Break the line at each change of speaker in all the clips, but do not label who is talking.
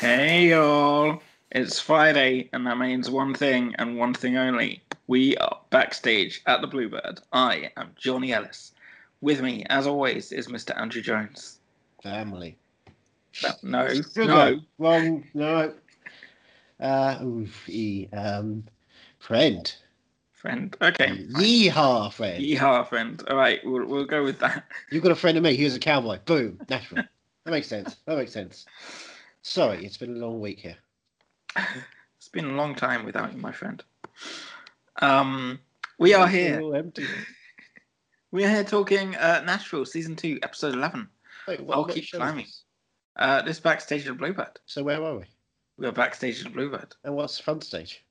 Hey all! It's Friday, and that means one thing and one thing only. We are backstage at the Bluebird. I am Johnny Ellis. With me, as always, is Mr. Andrew Jones.
Family.
No, no,
Sugar.
no.
Wrong. No. Uh, oof, e, um, friend.
friend. Okay.
Yeehaw, friend.
Yeehaw, friend. All right, we'll, we'll go with that.
You've got a friend of me. He was a cowboy. Boom. Nashville. that makes sense. That makes sense. Sorry, it's been a long week here.
It's been a long time without you, my friend. Um, we are
It's
here.
all empty.
We are here talking uh, Nashville, season two, episode eleven.
Wait, what-
I'll
what
keep
show is
climbing.
this?
Uh, this backstage at the Bluebird.
So where are we?
We are backstage at the Bluebird.
And what's the front stage?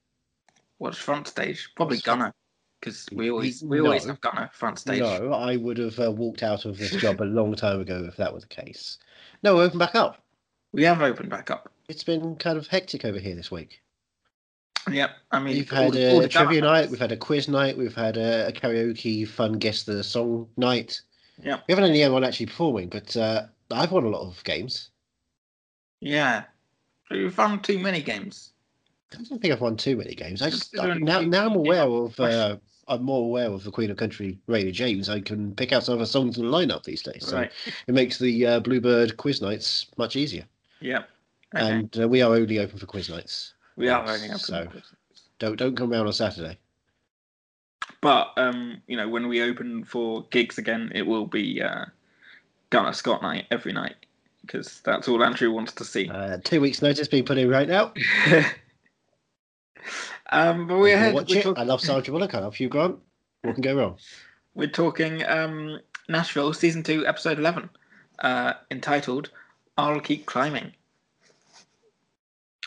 What's front stage? Probably
What's front-
Gunner, because we always
Y-
we always
no.
have Gunner front stage.
No, I would have uh, walked out of this job a long time ago if that were the case. No, open back up.
We have opened back up.
It's been kind of hectic over here this week.
Yep. I mean,
We've
all
had
the- all
a
the
trivia
Gunner-
night, we've had a quiz night, we've had a, a karaoke fun guess the song night.
Yeah.
We haven't had anyone actually performing, but uh, I've won a lot of games.
Yeah. We've run too many games.
I don't think I've won too many games. I just I,
Considering
now
you-
now I'm
you
aware
have
of uh, I'm more aware of the Queen of Country Ray James. I can pick out some of her songs in the lineup these days, so
Right.
it makes the uh, Bluebird quiz nights much easier.
Yep. Okay.
And uh, we are only open for quiz nights.
we are only up.
so- Don't don't come round on Saturday.
But um, you know, when we open for gigs again, it will be uh, Gunner Scott night every night because that's all Andrew wants to see.
Uh, two weeks' notice being put in right now.
um, but we're ahead.
I'm gonna Uh. Watch
We're,
it.
talk-
I love Sandra Bullock. I love Hugh Grant. What can go wrong?
we're talking um, Nashville season two, episode eleven, uh, entitled "I'll Keep Climbing."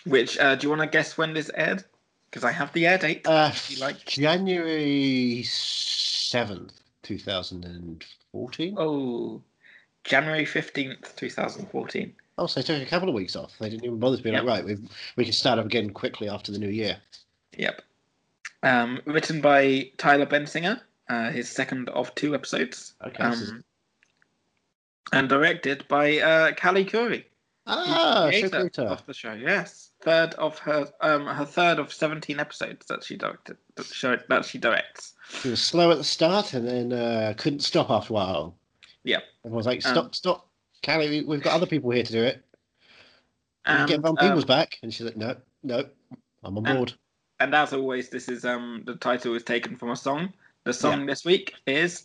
Which uh, do you want to guess when this aired? Because I have the air date.
Uh,
you like?
January seventh, two thousand and fourteen.
oh, January fifteenth, two thousand fourteen.
Oh, so they took a couple of weeks off. They didn't even bother to be like,
Yeah.
right, we we can start up again quickly after the new year.
Yep. Um, written by Tyler Bensinger, uh, his second of two episodes.
Okay. this is-
Um, and directed by uh, Callie Curry,
ah,
creator
Showcrater.
of the show. Yes, third of her um, her third of seventeen episodes that she directed that, show, that she directs.
She was slow at the start and then uh, couldn't stop after a while.
Yeah.
Everyone's like,
Um,
stop, stop, Callie, we, we've got other people here to do it. Can we
And,
get Von
um,
Peebles back. And she's like, no, no, I'm on
and-
board.
and as always, this is um, the title is taken from a song. The song this week is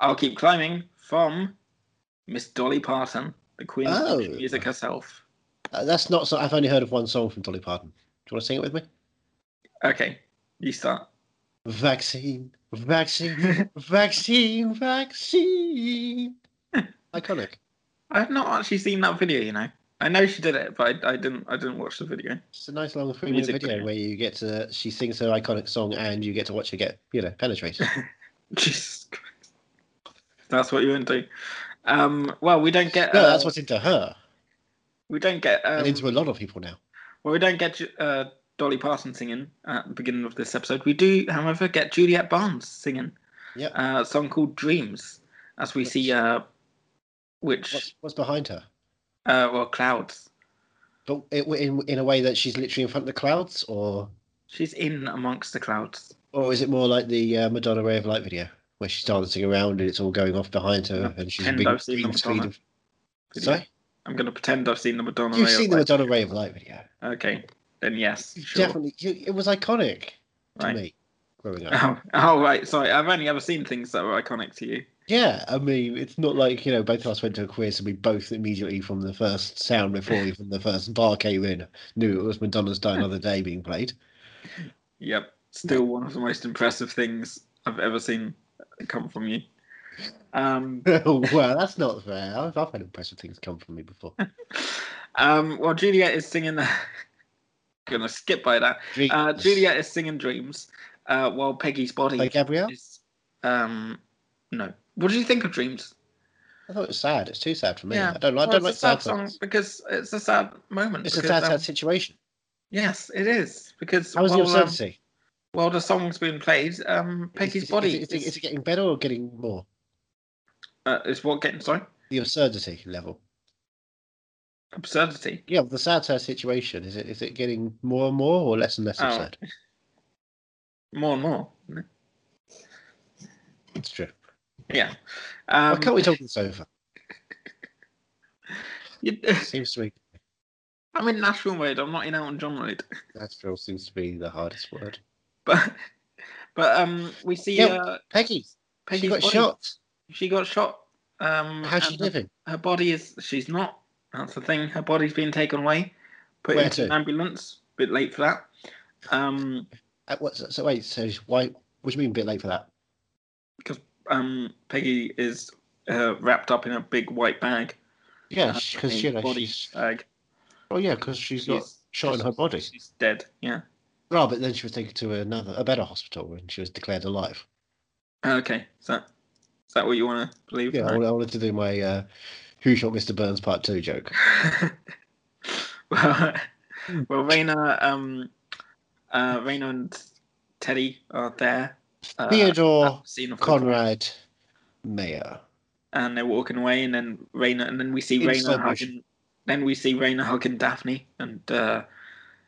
"I'll Keep Climbing" from Miss Dolly Parton, the Queen of
Oh.
country music herself.
Uh, that's not so. I've only heard of one song from Dolly Parton. Do you want to sing it with me?
Okay, you start.
Vaccine, vaccine, vaccine, vaccine. Iconic.
I've not actually seen that video, you know. I know she did it, but I, I didn't. I didn't watch the video.
It's a nice long three minute
Music
video
video.
where you get to she sings her iconic song and you get to watch her get you know penetrated.
Jesus Christ, that's what you're into. Um, well, we don't get.
no,
uh,
that's what's into her
we don't get. Um,
and into a lot of people now.
well, we don't get uh, Dolly Parton singing at the beginning of this episode. We do, however, get Juliet Barnes singing
Yep.
uh, a song called "Dreams," as we see.
Which-
Uh,
What's
which
what's behind her?
uh, well, clouds.
But it, in in a way that she's literally in front of the clouds, or
She's in amongst the clouds.
or is it more like the uh, Madonna Ray of Light video where she's dancing around and it's all going off behind her and she's a big
Pretend I've seen the
green screen
Madonna
of.
video.
Sorry,
I'm gonna pretend I've seen the Madonna.
you've
Ray of
seen the
Light.
Madonna Ray of Light video.
Okay, then yes,
You
sure.
Definitely, you, it was iconic to
Right.
me growing up.
Oh, oh, right. Sorry, I've only ever seen things that were iconic to you.
Yeah, I mean, it's not like, you know, both of us went to a quiz and we both immediately from the first sound before even the first bar came in knew it was Madonna's Die Another Day being played.
Yep. Still one of the most impressive things I've ever seen come from you. Um,
well, that's not fair. I've, I've had impressive things come from me before.
Uh, um, well, Juliet is singing. gonna skip by that. Uh,
Dreams
Juliet is singing "Dreams," uh, while Peggy's body
by Gabrielle?
is. Um, no. What did you think of "Dreams"?
I thought it was sad. It's too sad for me.
Yeah.
I don't, I
Well,
don't like
it's a sad,
sad
song
songs.
because it's a sad moment.
It's a
because,
sad, sad
um,
situation.
Yes, it is because
How was the
while, um,
absurdity?
while the song's being played, um,
Is-
Peggy's
is-
body
Is, it- is
is,
it getting better or getting more?
uh, is what getting sorry.
The absurdity level.
absurdity.
Yeah, the sad, sad situation is it is it getting more and more or less and less
Oh.
absurd?
More and more.
It's true.
Yeah.
Why
Um,
can't we talk this over?
you-
Seems to be
I'm in Nashville mode. I'm not in Elton John mode.
natural seems to be the hardest word.
But but um, we see
Yeah,
uh,
Peggy,
Peggy's
she got
body.
shot.
She got shot. Um,
How's she
and her-
living?
Her body is. She's not. That's the thing. Her body's been taken away, put
Where
into
to?
an ambulance. Bit late for that. Um,
Uh, what's so wait, so she- why what do you mean a bit late for that?
um, Peggy is uh, wrapped up in a big white bag.
Yeah,
Uh, a
because you know
body
she's
bag.
oh yeah, because she's got
She's-
shot in her body.
She's dead. Yeah.
Right, but then she was taken to another a better hospital and she was declared alive.
Okay. Is that is that what you want to believe?
Yeah, I wanted- I wanted to do my uh, Who Shot Mr. Burns Part Two joke.
well, well, Raina, um, uh, Raina and Teddy are there. Uh,
Theodore
scene of the-
Conrad Mayer.
and they're walking away, and then Raina, and then we see
In
Raina
slow
hugging. Then we see Raina hugging Daphne, and uh,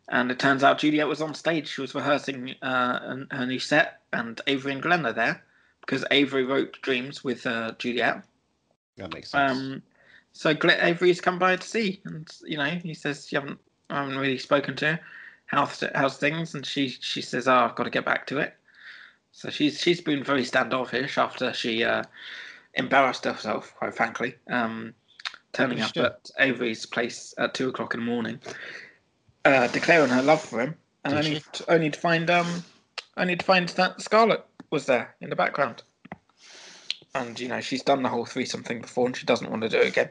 and it turns out Juliet was on stage. She was rehearsing uh, an- her new set, and Avery and Glenn are there because Avery wrote Dreams with uh, Juliet.
That makes sense.
Um, so Gl- Avery's come by to see, and you know he says you haven't, I haven't really spoken to her. How's how's things? And she she says, "Oh, I've got to get back to it." So she's she's been very standoffish after she uh, embarrassed herself, quite frankly, um, turning up
Sure.
at Avery's place at two o'clock in the morning, uh, declaring her love for him, and
Did
only to, only to find um only to find that Scarlett was there in the background. And you know she's done the whole threesome thing before, and she doesn't want to do it again.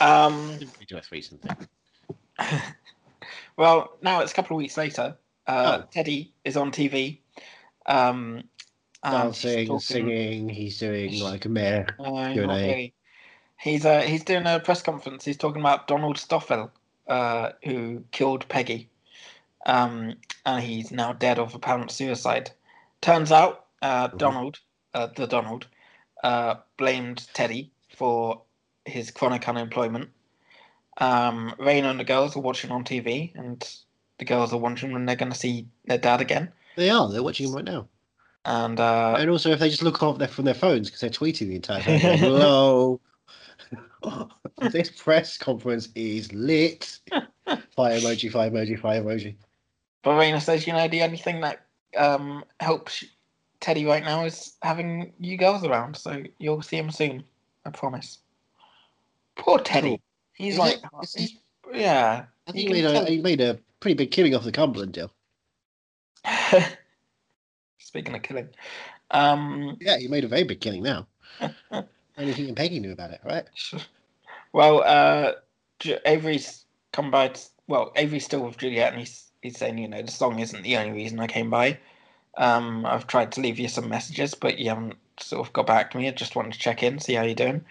Um,
Didn't we do a threesome thing?
well, now it's a couple of weeks later. Uh,
Oh.
Teddy is on TV, um, and he's
Dancing,
talking-
singing, he's doing like a mayor.
No, not
Q&A.
really. He's uh, he's doing a press conference. He's talking about Donald Stoffel, uh, who killed Peggy, um, and he's now dead of apparent suicide. Turns out, uh,
Mhm.
Donald, uh, the Donald, uh, blamed Teddy for his chronic unemployment. Um, Rain and the girls are watching on TV, and the girls are wondering when they're going to see their dad again.
They are, they're watching him right now.
And uh,
And also, if they just look off their, from their phones because they're tweeting the entire time, going, hello. this press conference is lit. Fire emoji, fire emoji, fire emoji.
But Raina says, you know, the only thing that um, helps Teddy right now is having you girls around. So you'll see him soon. I promise. Poor Teddy. He's
Is
like,
it? Is he-
yeah.
I think
You
he
can
made, a,
tell-
he made a pretty big killing off the Cumberland deal.
Speaking of killing, um,
Yeah, he made a very big killing now. Only he and Peggy knew about it, right?
well, uh, Ju- Avery's come by. t well, Avery's still with Juliet, and he's he's saying, you know, the song isn't the only reason I came by. Um, I've tried to leave you some messages, but you haven't sort of got back to me. I just wanted to check in, see how you're doing.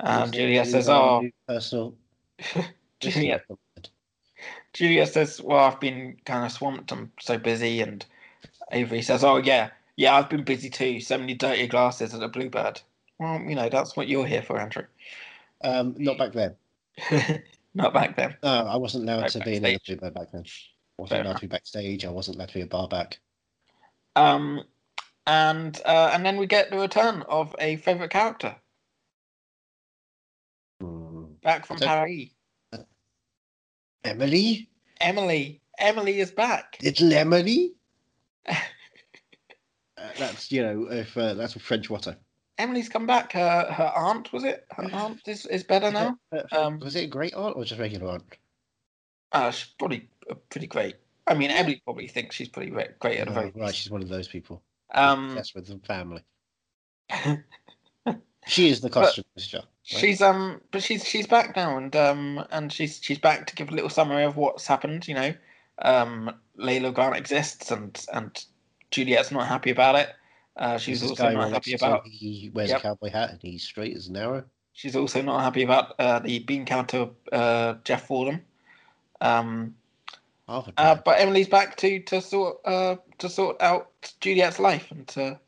Um,
And Juliet says, "Oh,
Personal.
Juliet, Juliet says, well, I've been kind of swamped. I'm so busy." And Avery says, "Oh yeah, yeah, I've been busy too. So many dirty glasses at the Bluebird. Well, you know, that's what you're here for, Andrew.
Um, not back then.
Not back then.
No, I wasn't allowed
Back-
to be in a
backstage.
Uber back then. I
Fair
wasn't allowed to be backstage. I wasn't allowed to be a bar back.
Um, and uh, and then we get the return of a favorite character
Hmm.
back from
So-
Paris.
Emily?
Emily. Emily is back.
Little Emily? Uh, that's, you know, if uh, that's French water.
Emily's come back. Her her aunt was it? Her aunt is, is better now.
Uh,
Um,
was it a great aunt or just regular aunt?
Uh, she's probably uh, pretty great. I mean, Emily probably thinks she's pretty re- great at a
Oh,
very
right, she's one of those people.
Um,
That's with the family. She is the costume mistress.
she's um, but she's she's back now, and um, and she's she's back to give a little summary of what's happened. You know, um, Layla Grant exists, and and Juliet's not happy about it. Uh, she's
this
also
guy
not
right
happy
next to her,
about.
He wears
Yep.
a cowboy hat and he's straight as an arrow.
She's also not happy about uh, the bean counter uh, Jeff Fordham. Um,
Half a
Uh,
time.
but Emily's back to to sort uh, to sort out Juliet's life and to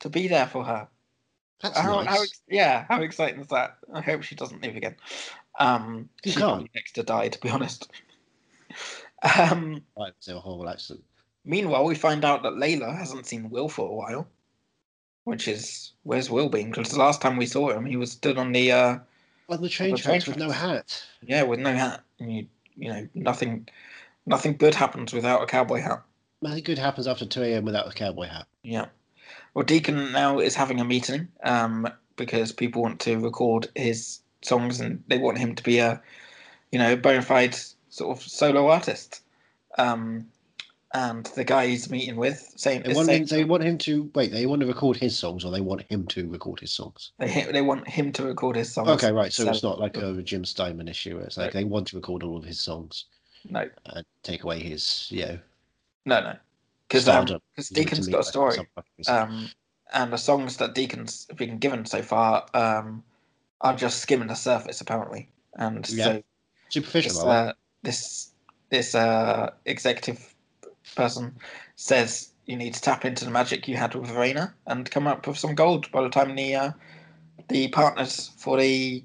to be there for her.
That's
How,
nice.
how ex- yeah, how exciting is that? I hope she doesn't live again. Um,
You
she probably
can't.
next to die, to be honest. Um,
Right, it's a horrible accent.
meanwhile, we find out that Layla hasn't seen Will for a while, which is where's Will been? Because the last time we saw him, he was stood on the uh,
On the train
On the
tracks
train
with no hat.
yeah with no hat. And you you know nothing nothing good happens without a cowboy hat.
Nothing good happens after 2 a.m. without a cowboy hat.
Yeah. Well, Deacon now is having a meeting um, because people want to record his songs and they want him to be a, you know, bona fide sort of solo artist. Um, and the guy he's meeting with saying
They
is
want, him,
saying
they want him to wait. They want to record his songs, or they want him to record his songs.
they, hi- they want him to record his songs.
Okay, right. So,
So-
it's not like a Jim Steinman issue. It's like they want to record all of his songs
No,
and take away his, you know,
no, no. Because
Stardom.
Deacon's got a story. um, and the songs that Deacon's been given so far um, are just skimming the surface, apparently. And
Yeah.
so
Superficial.
this
are they?
uh, this this uh, executive person says you need to tap into the magic you had with Verena and come up with some gold by the time the uh, the partners for the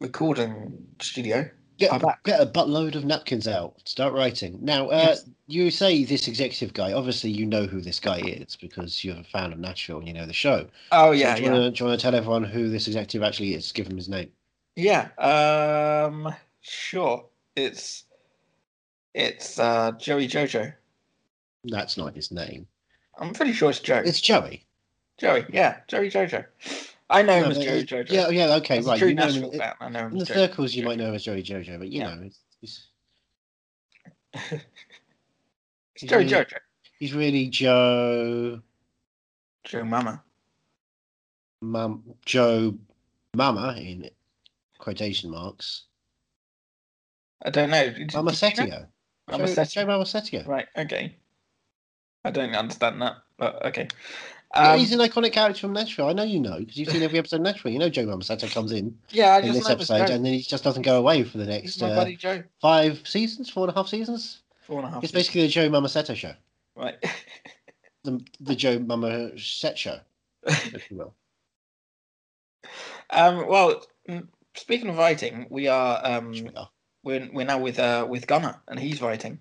recording studio are
Get,
back.
get a buttload of napkins out. Start writing now. Uh,
Yes.
You say this executive guy. Obviously, you know who this guy is because you're a fan of Nashville and you know the show.
Oh
So
yeah,
do you
yeah,
Wanna, do you want to tell everyone who this executive actually is? Give him his name.
yeah. Um, sure. It's it's uh, Joey Jojo.
That's not his name.
I'm pretty sure it's Joe.
It's Joey.
Joey. Yeah, Joey Jojo. I know him
No,
as
but
Joey
it-
Jojo.
Yeah, yeah, okay,
As a
right.
true
You know him
Nashville
in-
fan, I know him
in the
as Joey.
circles, you might know him as Joey Jojo, but you
Yeah.
know, it's, he's,
It's Joey
Yeah.
Jojo.
he's really Joe
Joe Mama.
Mum, Joe Mama in quotation marks.
I don't know. Did-
Mama
did you know?
Setio.
Mama
Joe,
Setio.
Joe Mama Setio.
Right. Okay. I don't understand that, but okay.
Yeah,
Um,
he's an iconic character from Nashville. I know you know because you've seen every episode of Nashville. You know Joe Mama Setio comes in
yeah, I
in
just
this
love his
episode,
Joe.
and then he just doesn't go away for the
He's
next
my
uh,
buddy Joe.
five seasons, four and a half seasons.
Four and a half.
It's
years.
basically the Joe Mama Setio show,
Right.
the, the Joe Mama Set show, if you will.
um, well, mm, speaking of writing, we are um,
Sure.
we're, we're now with uh, with Gunnar, and he's writing.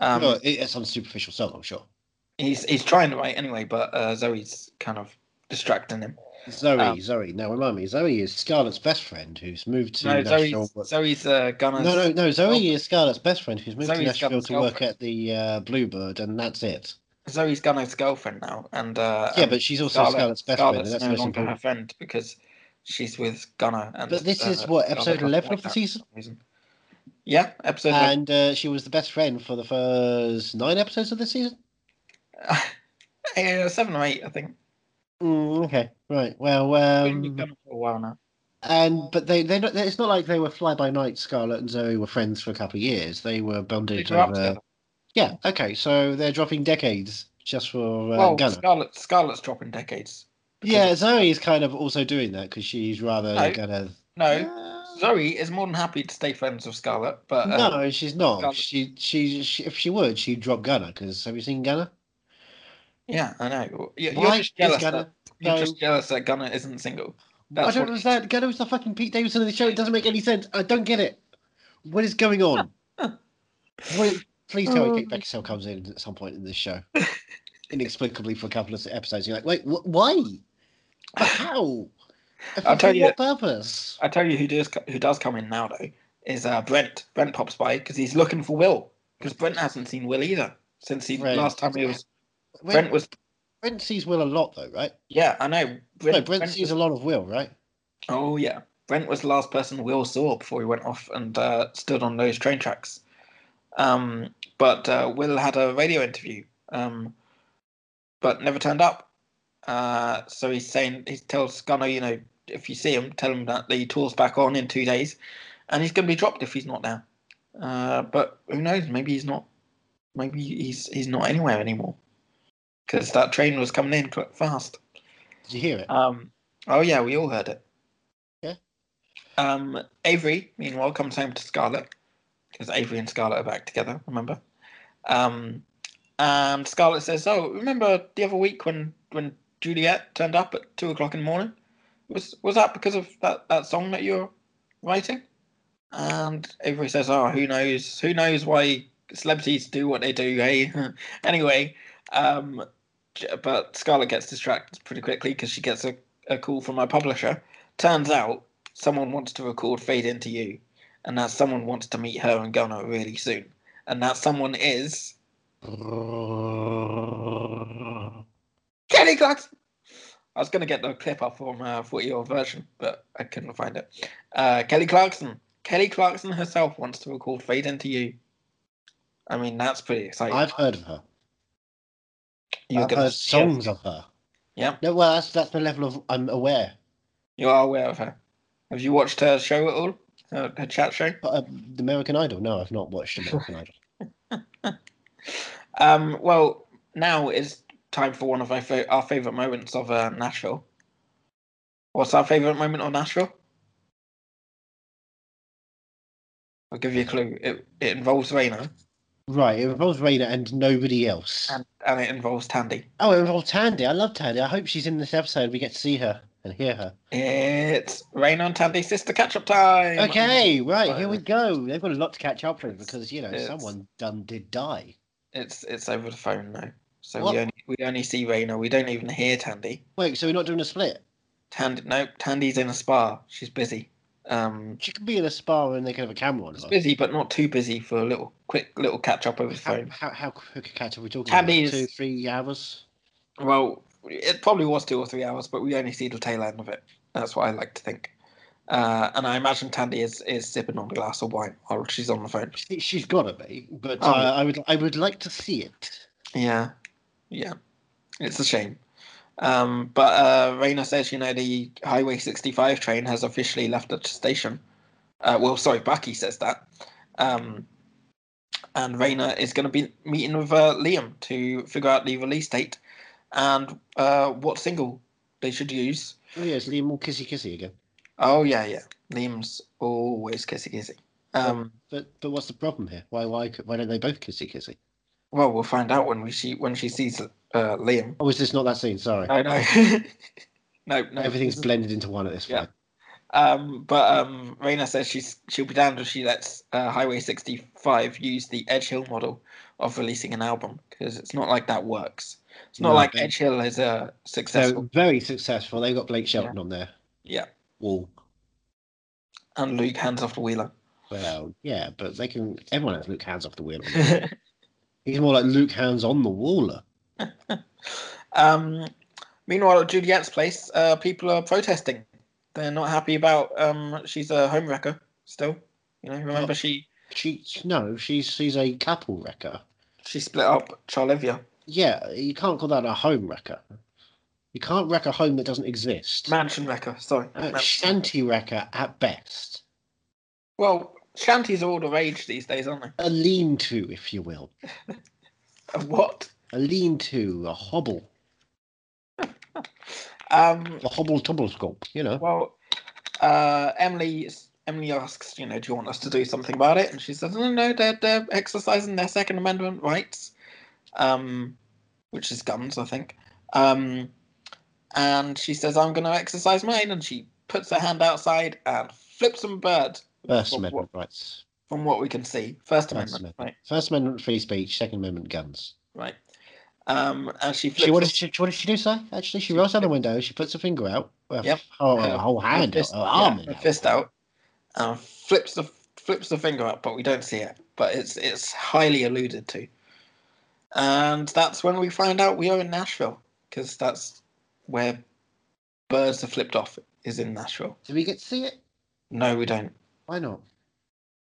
Um,
Well, it- it's on superficial song, I'm sure.
he's he's trying to write anyway, but uh, Zoe's kind of distracting him.
Zoe,
Um,
Zoe. Now remind me, Zoe is Scarlett's best friend who's moved to
No,
Nashville.
Zoe's Zoe's uh, Gunnar's.
no, no, no. Zoe is Scarlett's best friend who's moved
Zoe's
to Nashville
Scarlett's
to work at the uh, Bluebird, and that's it.
Zoe's Gunnar's girlfriend now, and uh,
yeah,
and-
but she's also
Scarlet-
Scarlett's best
Scarlett's
friend, and that's
no
most
longer her
important.
friend because she's with Gunnar. And,
But this
uh,
is what episode
Scarlett doesn't
eleven
like
of the
that
season,
for some reason. Yeah, episode.
and uh, she was the best friend for the first nine episodes of the season.
11. Uh, seven or eight, I think.
Mm, okay, right. Well,
Been with
um,
Gunnar for a while now.
and but they they not. It's not like they were fly by night. Scarlett and Zoe were friends for a couple of years. They were
They
bonded
grew up
over
together.
Yeah. Okay. So they're dropping decades just for uh,
well,
Gunner.
Scarlet, Scarlet's dropping decades.
Yeah, Zoe is kind of also doing that because she's rather
No.
gonna.
No, Zoe is more than happy to stay friends with Scarlet, but uh,
no, she's not.
Scarlet-
She, she, she, if she would, she'd drop Gunner. Because have you seen Gunner?
yeah, I know. You- You're,
Why
just
is
jealous. That,
Gunner?
you're
no.
just jealous that Gunnar isn't single.
I
That's
don't
what
understand. Gunner was the fucking Pete Davidson of the show. It doesn't make any sense. I don't get it. What is going on? what, please tell me Kate
Um.
Beckinsale comes in at some point in this show, inexplicably for a couple of episodes. You're like, wait, wh- why? But how?
I'll
For-
tell
for
you
what purpose.
I tell you who does who does come in now though is uh, Brent. Brent pops by because he's looking for Will because Brent hasn't seen Will either since he
Brent.
last time he was. Brent
Brent,
was
Brent sees Will a lot, though, right?
yeah I know. Brent,
no, Brent,
Brent
sees
was,
a lot of Will, right?
oh yeah, Brent was the last person Will saw before he went off and uh, stood on those train tracks. Um, but uh, Will had a radio interview, um, but never turned up. Uh, so he's saying he tells Gunner, you know, if you see him, tell him that the tour's back on in two days, and he's going to be dropped if he's not there. Uh, but who knows? Maybe he's not. Maybe he's he's not anywhere anymore because that train was coming in quite fast.
Did you hear it?
Um, oh yeah, we all heard it.
Yeah.
Um, Avery, meanwhile, comes home to Scarlet because Avery and Scarlet are back together. Remember? Um, and Scarlet says, "Oh, remember the other week when when Juliet turned up at two o'clock in the morning? was was that because of that, that song that you're writing? And everybody says, "Oh, who knows? Who knows why celebrities do what they do?" Hey, anyway, um, j- but Scarlett gets distracted pretty quickly because she gets a, a call from my publisher. Turns out someone wants to record "Fade Into You," and that someone wants to meet her and Gunnar really soon. And that someone is Kenny Clarkson. I was going to get the clip up from uh, 40 year old version, but I couldn't find it. Uh, Kelly Clarkson. Kelly Clarkson herself wants to record Fade Into You. I mean, that's pretty exciting.
I've heard of her.
You're
I've
gonna
heard
see it.
songs of her.
Yeah.
No, well, that's that's the level of I'm aware.
You are aware of her. Have you watched her show at all? Her, her chat show?
But, uh, the American Idol? No, I've not watched American Idol.
Um, well, now is time for one of my fa- our favourite moments of uh, Nashville. What's our favourite moment of Nashville? I'll give you a clue. It, it involves Raina
Right, it involves Raina and nobody else.
and, and it involves Tandy.
Oh, it involves Tandy. I love Tandy. I hope she's in this episode. We get to see her and hear her.
It's Rain on Tandy's sister catch up time.
Okay, right, here we
Fine.
go. They've got a lot to catch up with because you know
It's-
someone done did die.
It's it's over the phone now. So
What?
we only we only see Raina. We don't even hear Tandy.
Wait, so we're not doing a split?
Tandy nope, Tandy's in a spa. She's busy. Um
She could be in a spa and they could have a camera on
she's
her.
busy but not too busy for a little quick little catch up over the
How,
phone.
how, how quick a catch are we talking
Tandy
about?
is-
Two, three hours?
Well, it probably was two or three hours, but we only see the tail end of it. That's what I like to think. Uh, and I imagine Tandy is, is sipping on a glass of wine while she's on the phone.
She, she's got to be, but
Oh.
uh, I would I would like to see it.
Yeah, yeah, it's a shame. Um, but uh, Raina says, you know, the Highway 65 train has officially left the station. Uh, well, sorry, Bucky says that. Um, and Raina is going to be meeting with uh, Liam to figure out the release date and uh, what single they should use.
Oh yes, Liam all kissy kissy again.
Oh, yeah, yeah. Liam's always kissy kissy. Um,
But but what's the problem here? Why why c- why don't they both kissy kissy?
well, we'll find out when we see when she sees uh, Liam.
Oh, is this not that scene? Sorry,
I know. no, no.
everything's
this is-
blended into one at this
Yeah.
point.
Um, but um, Raina says she's she'll be damned if she lets uh, Highway 65 use the Edge Hill model of releasing an album because it's not like that works. It's not
No,
like
they-
Edge Hill is uh,
They're
successful.
very successful. They got Blake Shelton on their
Yeah,
wall.
and Luke hands off the wheeler.
Well, yeah, but they can. Everyone has Luke hands off the wheel. He's more like Luke hands on the waller.
um, meanwhile, at Juliet's place, uh, people are protesting. They're not happy about um, she's a home wrecker still. You know, remember she
She no, she's she's a couple wrecker.
she split up Charlivia.
Yeah, you can't call that a home wrecker. You can't wreck a home that doesn't exist.
Mansion wrecker, sorry.
A
Mansion wrecker.
shanty wrecker at best.
Well, shanties are all the rage these days, aren't they?
A lean to, if you will.
A what?
A lean to, a hobble,
Um,
a hobble tobble sculpt, you know.
well, uh, Emily Emily asks, you know, do you want us to do something about it? And she says, no, no, they're, they're exercising their Second Amendment rights, um, which is guns, I think. Um, and she says, I'm going to exercise mine. And she puts her hand outside and flips some bird
First
Well,
Amendment rights.
from what we can see. First
First
Amendment,
Amendment. First Amendment free speech, Second Amendment guns.
right? Right. Um, and she flips
She what, did she what did she do, say? Actually, she rolls down the window, she puts her finger out. Well,
Yep.
Oh,
Her-
her whole
her
hand, out,
fist-
her arm.
yeah,
in
her fist out, and flips the flips the finger up, but we don't see it. But it's it's highly alluded to, and that's when we find out we are in Nashville because that's where birds are flipped off is in Nashville.
Do we get to see it?
No, we don't
Why not?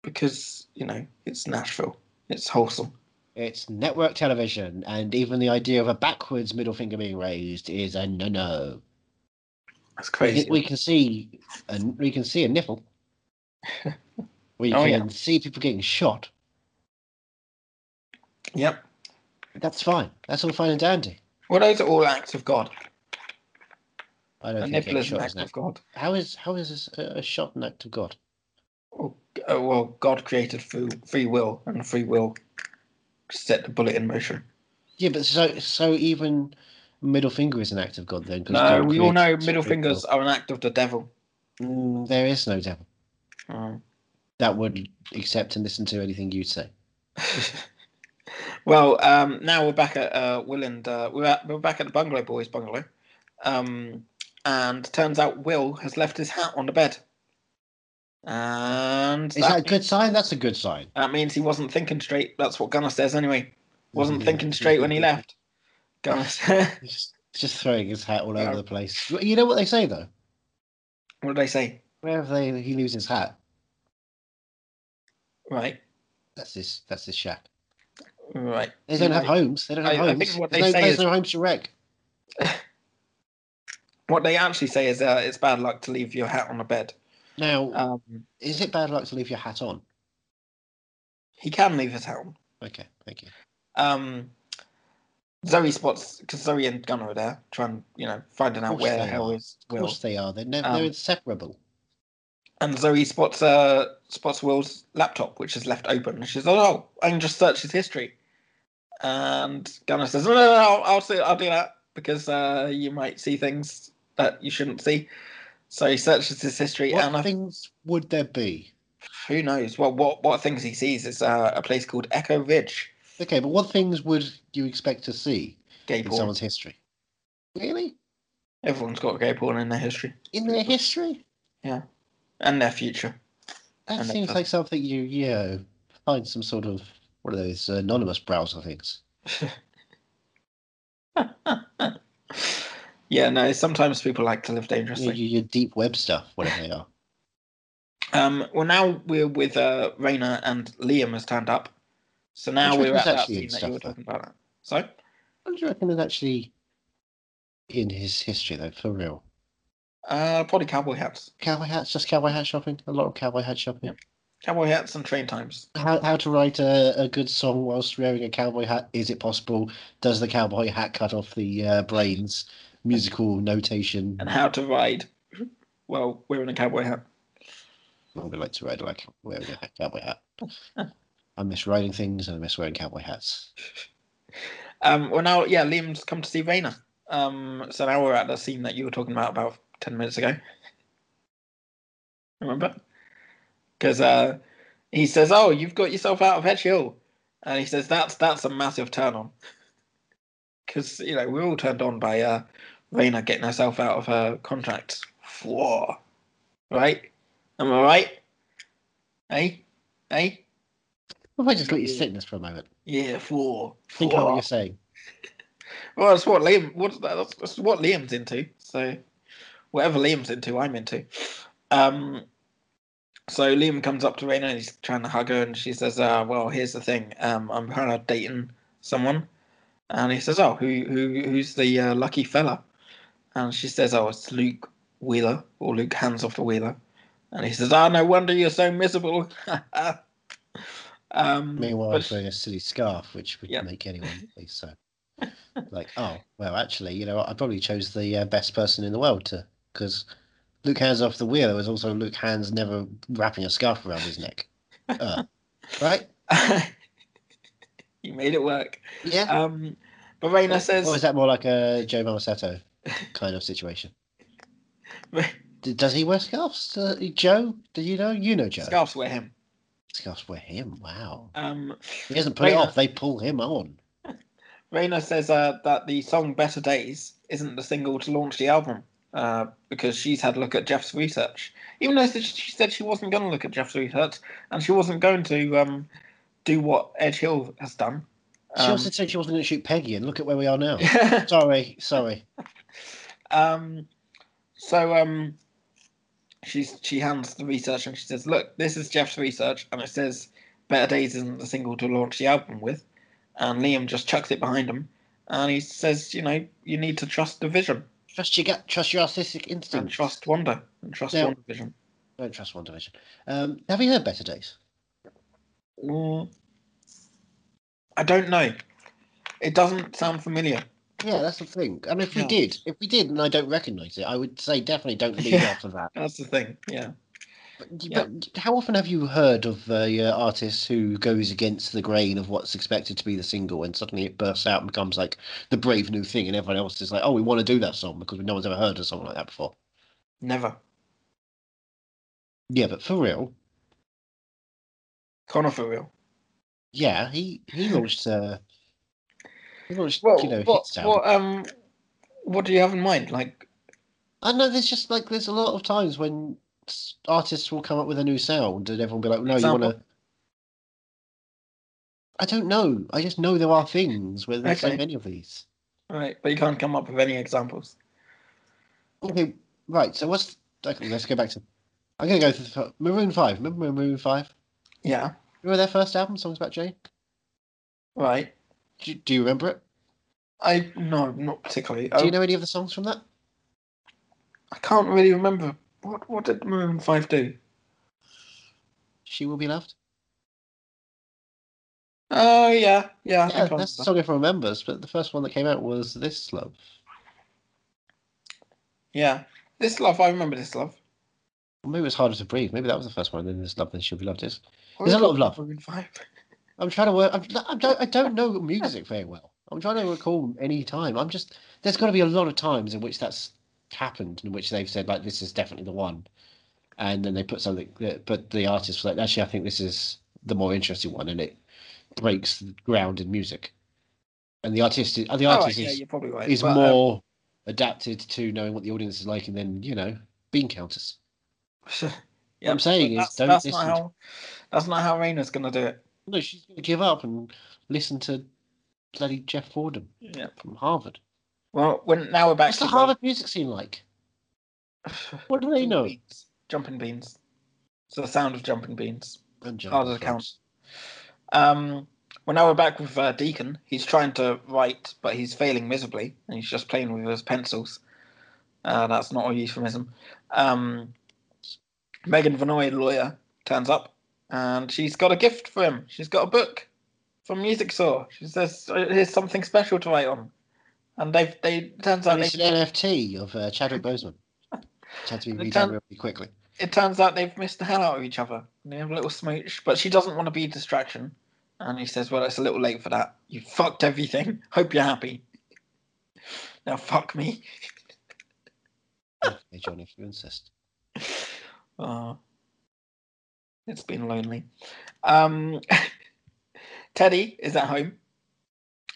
because you know it's Nashville. It's wholesome.
It's network television, and even the idea of a backwards middle finger being raised is a no no.
That's
We,
crazy.
we can see, and we can see a nipple. We
Oh,
can see people getting shot.
Yep.
That's fine. That's all fine and dandy.
Well, those are all acts of God.
I don't
A
think
nipple
getting
is an
shot is
act
an
of
act.
God.
How is how is this a, a shot an act of God?
Oh, uh, well, God created free, free will, and free will set the bullet in motion.
Yeah, but so so even Middle finger is an act of God then. 'cause
No,
God
we all know
created
middle
people.
fingers are an act of the devil.
Mm, there is no devil
Oh.
that would accept and listen to anything you'd say.
well, um, now we're back at uh, Will and uh, we're, at, we're back at the bungalow boys' bungalow, um, and turns out Will has left his hat on the bed, and
Is that a good sign? That's a good sign.
That means he wasn't thinking straight. That's what Gunnar says anyway. Wasn't thinking straight when he left. Gunnar said,
He's Just, just throwing his hat all over
Yeah.
the place. You know what they say though?
what did I say?
Wherever they he leaves his hat,
Right,
that's his that's his shack.
right.
They don't have homes. They don't have
I- I
homes.
think what
There's
they
no,
say
there's
is-
no homes to wreck.
What they actually say is uh, it's bad luck to leave your hat on the bed.
Now,
Um,
is it bad luck to leave your hat on?
he can leave his hat on.
Okay, thank you.
Um, Zoe spots because Zoe and Gunnar are there trying, you know, finding out
course
where the
they
hell
are.
is
Of
Will.
course they are. They're, nev-
Um,
they're inseparable.
And Zoe spots uh spots Will's laptop, which is left open. And she says, "Oh, I can just search his history." And Gunnar says, "No, no, no, I'll, I'll see. I'll do that because uh, you might see things that you shouldn't see." So he searches his history,
What
and I think
things would there be?
who knows what what what things he sees is uh, a place called Echo Ridge.
Okay, but what things would you expect to see
Gay
in
porn.
someone's history? Really?
Everyone's got gay porn in their history
In their history?
and their future.
That
And it
seems
does.
like something you, you know, find some sort of one of those anonymous browser things.
yeah, no. Sometimes people like to live
You,
dangerously.
you, your deep web stuff, whatever they are.
Um, well, now we're with uh, Raina and Liam has turned up. So now
Which
we're
was
at that
actually
scene
in
that you were
stuff,
talking about. So
What do you reckon is actually in his history, though, for real?
uh, probably cowboy hats,
Cowboy hats, just cowboy hat shopping. A lot of cowboy hat shopping.
cowboy hats and train times.
How, how to write a, a good song whilst wearing a cowboy hat? Is it possible? Does the cowboy hat cut off the uh, brains? Musical notation.
And how to ride. Well, wearing a cowboy hat.
I would like to ride like wearing a hat- cowboy hat. I miss riding things and I miss wearing cowboy hats.
Um, well, now yeah, Liam's come to see Raina. Um, so now we're at the scene that you were talking about about ten minutes ago. Remember? Because uh, he says, "Oh, you've got yourself out of Hedge Hill," and he says, "That's that's a massive turn on." Because you know we're all turned on by uh, Raina getting herself out of her contract. Whoa, right? Am I right? Eh? Hey, hey,
What if I just let you sit in this for a moment?
yeah, four.
Think about what you're saying.
Well, that's what Liam. What that's, that's what Liam's into. So, whatever Liam's into, I'm into. Um, so Liam comes up to Raina and he's trying to hug her, and she says, uh, "Well, here's the thing. Um, I'm kind of dating someone." And he says, "Oh, who who who's the uh, lucky fella?" And she says, "Oh, it's Luke Wheeler or Luke Hands off the Wheeler." And he says, "Ah, no wonder you're so miserable." um,
Meanwhile,
but-
I'm wearing a silly scarf, which would
Yeah.
make anyone be so. Like, oh, well, actually, you know, what, I probably chose the uh, best person in the world to, because Luke Hands off the wheel was also Luke Hands never wrapping a scarf around his neck. Uh, right?
you made it work.
Yeah.
Um, but Raina says,
Or is that more like a Joe Marsetto kind of situation? D- Does he wear scarves? Uh, Joe? Do you know? You know Joe.
Scarfs wear him.
Scarves wear him. Wow.
Um,
He doesn't put it
Raina-
off. They pull him on.
Raina says uh, that the song Better Days isn't the single to launch the album uh, because she's had a look at Jeff's research. Even though she- she said she wasn't going to look at Jeff's research and she wasn't going to um, do what Edge Hill has done.
She
Um,
also said she wasn't going to shoot Peggy, and look at where we are now. sorry, sorry.
Um, so um, she's she hands the research and she says, "Look, this is Jeff's research, and it says Better Days isn't the single to launch the album with." And Liam just chucks it behind him, and he says, "You know, you need to trust the vision
Trust your gut. Trust your artistic
and
instinct.
trust wonder and trust
Now-
wonder vision."
Don't trust One Division. Um, have you heard Better Days?
Mm. I don't know. It doesn't sound familiar.
Yeah, that's the thing. I mean, if we
No.
did, if we did, and I don't recognise it, I would say definitely don't lead
Yeah.
off of that.
That's the thing. Yeah.
But,
Yeah.
but how often have you heard of a uh, artist who goes against the grain of what's expected to be the single, and suddenly it bursts out and becomes like the brave new thing, and everyone else is like, "Oh, we want to do that song because no one's ever heard of something like that before."
Never.
Yeah, but for real,
Connor for real.
yeah, he he launched. Uh, he launched,
Well,
you know,
what,
hits out.
what, um, what do you have in mind? Like,
I know there's just like there's a lot of times when s- artists will come up with a new sound and everyone will be like, no, you
Example?
want to. I don't know. I just know there are things where there's
Okay.
so many of these.
right, but you can't come up with any examples.
Okay, right. So what's okay, let's go back to. I'm gonna go for Maroon Five. Remember Maroon Five?
Yeah,
Remember their first album, Songs About Jane?
right.
Do, do you remember it?
I, no, not particularly.
Do
I,
you know any of the songs from that?
I can't really remember. What, what did Maroon 5 do?
She will be loved.
Oh, yeah, yeah. I
Yeah,
think I
that's the
remember.
song everyone remembers. But the first one that came out was This Love.
yeah. This Love, I remember This Love.
Or maybe it was Harder to Breathe. Maybe that was the first one. Then This Love, then She'll Be Loved is.
What
There's
was
a lot of
it?
love.
Maroon 5.
I'm trying to work. I'm, I don't. I don't know music very well. I'm trying to recall any time. I'm just. There's got to be a lot of times in which that's happened, in which they've said like, "This is definitely the one," and then they put something. But the artist was like, "Actually, I think this is the more interesting one," and it breaks the ground in music. And the artist, is- the
Oh,
artist
right, yeah,
is,
you're probably right.
is
but, um,
more adapted to knowing what the audience is like, and then you know, bean counters.
um, Yeah,
I'm saying
but
is
that's,
don't
that's
listen
not
to-
how that's not how Raina's gonna do it.
No, she's gonna give up and listen to bloody Jeff Fordham
Yeah.
from Harvard.
Well, when now we're back
What's the
to
Harvard music scene like? What do they
jumping
know?
beans. Jumping beans. It's the sound of jumping beans.
And John
Harder to count.
Frogs.
Um, well, now we're back with uh, Deacon. He's trying to write, but he's failing miserably, and he's just playing with his pencils. Uh, that's not a euphemism. Um, Megan Vanoy, lawyer, turns up, and she's got a gift for him. She's got a book from Music Saw. She says, "Oh, "Here's something special to write on." And they've they turns out
And it's
they've
an NFT of uh, Chadwick Boseman. It had to be
They
redone
can't-
really quickly.
it turns out they've missed the hell out of each other. And they have a little smooch, but she doesn't want to be a distraction. And he says, Well, it's a little late for that. You fucked everything. Hope you're happy. Now fuck me.
Okay, John, if you insist.
Uh, it's been lonely. Um, Teddy is at home.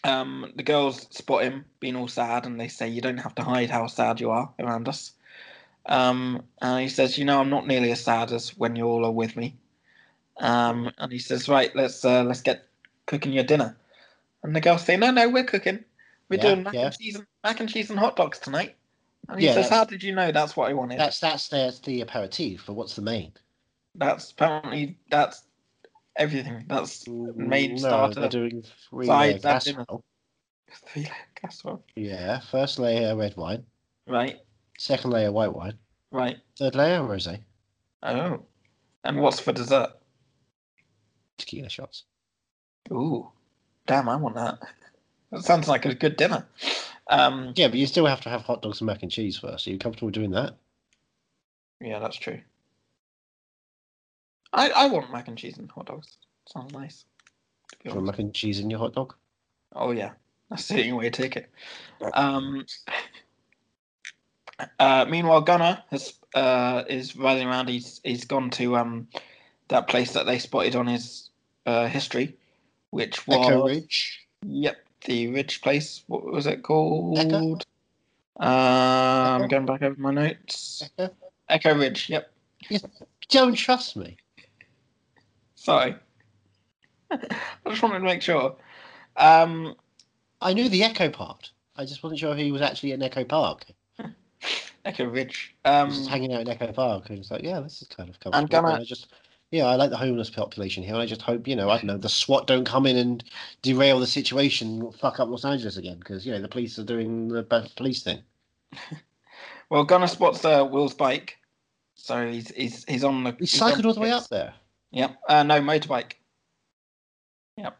Um, the girls spot him being all sad and they say, You don't have to hide how sad you are around us. Um, and he says, You know, I'm not nearly as sad as when you all are with me. Um, and he says, Right, let's uh, let's get cooking your dinner. And the girls say, No, no, we're cooking. We're
Yeah,
doing mac
yeah.
and cheese and mac and cheese and hot dogs tonight. And he
Yeah,
says,
that's-
How did you know that's what I wanted?
That's that's the, the aperitif, but what's the main?
That's apparently that's everything. That's main
no,
starter.
They're doing three
Side,
layer
that's dinner.
casserole.
three layer casserole.
Yeah, first layer red wine,
Right,
second layer white wine,
right.
third layer rosé,
Oh, and what's for dessert?
tequila shots.
Ooh, damn! I want that. That sounds like a good dinner. Um,
Yeah, but you still have to have hot dogs and mac and cheese first. Are you comfortable doing that?
yeah, that's true. I I want mac and cheese and hot dogs. Sounds nice. to be
Do you
honest.
want mac and cheese in your hot dog?
Oh yeah, that's the only way to take it. Um, uh, meanwhile, Gunnar has uh, is riding around. He's he's gone to um that place that they spotted on his uh, history, which was
Echo Ridge.
yep the ridge place. What was it called?
Echo?
Uh, I'm
Echo?
going back over my notes.
Echo?
Echo Ridge. Yep.
Don't trust me.
Sorry, I just wanted to make sure. Um,
I knew the Echo part. I just wasn't sure if he was actually in Echo Park.
Echo Ridge.
He was just
Um,
hanging out in Echo Park, and it's like, yeah, this is kind of comfortable.
I'm gonna-
And I just, yeah, I like the homeless population here, and I just hope, you know, I don't know, the SWAT don't come in and derail the situation, and fuck up Los Angeles again, because you know the police are doing the ba- police thing.
well, Gunnar spots uh, Will's bike, so he's he's he's on the.
He
on
cycled all the way up there.
Yep. Uh, no, motorbike. Yep.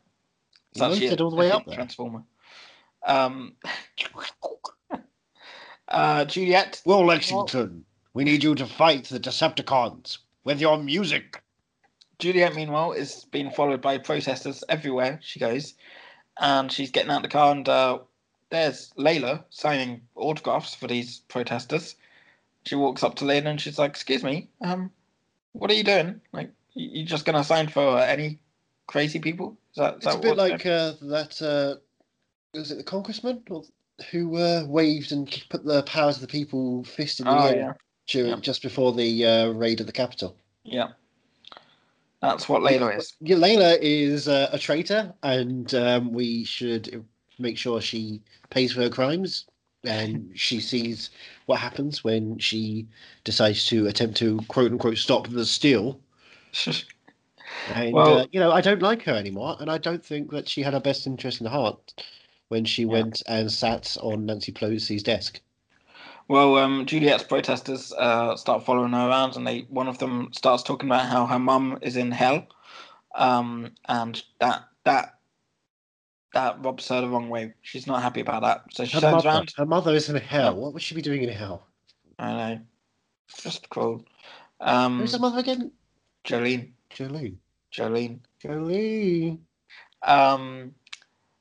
He motored all the way up there.
Transformer. Um, uh, Juliet.
Will Lexington, we need you to fight the Decepticons. with your music.
Juliet, meanwhile, is being followed by protesters everywhere she goes, and she's getting out the car, and uh, there's Layla signing autographs for these protesters. She walks up to Layla and she's like, "Excuse me, um, what are you doing? Like, you you just gonna sign for any crazy people? Is that, is
It's
that
a bit
what-
like uh, that. Uh, was it the congressman or- who uh, waved and k- put the powers of the people fist in the
oh
air
yeah,
during
yeah.
just before the uh, raid of the capital?
yeah." That's what Layla is.
Yeah, Layla is uh, a traitor, and um, we should make sure she pays for her crimes. And she sees what happens when she decides to attempt to quote unquote stop the steal. And
Well-
uh, you know, I don't like her anymore, and I don't think that she had her best interest in heart when she went and sat on Nancy Pelosi's desk.
Well, um, Juliet's protesters uh, start following her around, and they one of them starts talking about how her mum is in hell, um, and that that that rubs her the wrong way. She's not happy about that, so she
Her
turns
mother,
around.
her mother is in hell.
Yeah.
What would she be doing in hell?
I know, just cruel. Um,
Who's her mother again?
Jolene,
Jolene.
Jolene.
Jolene.
Um,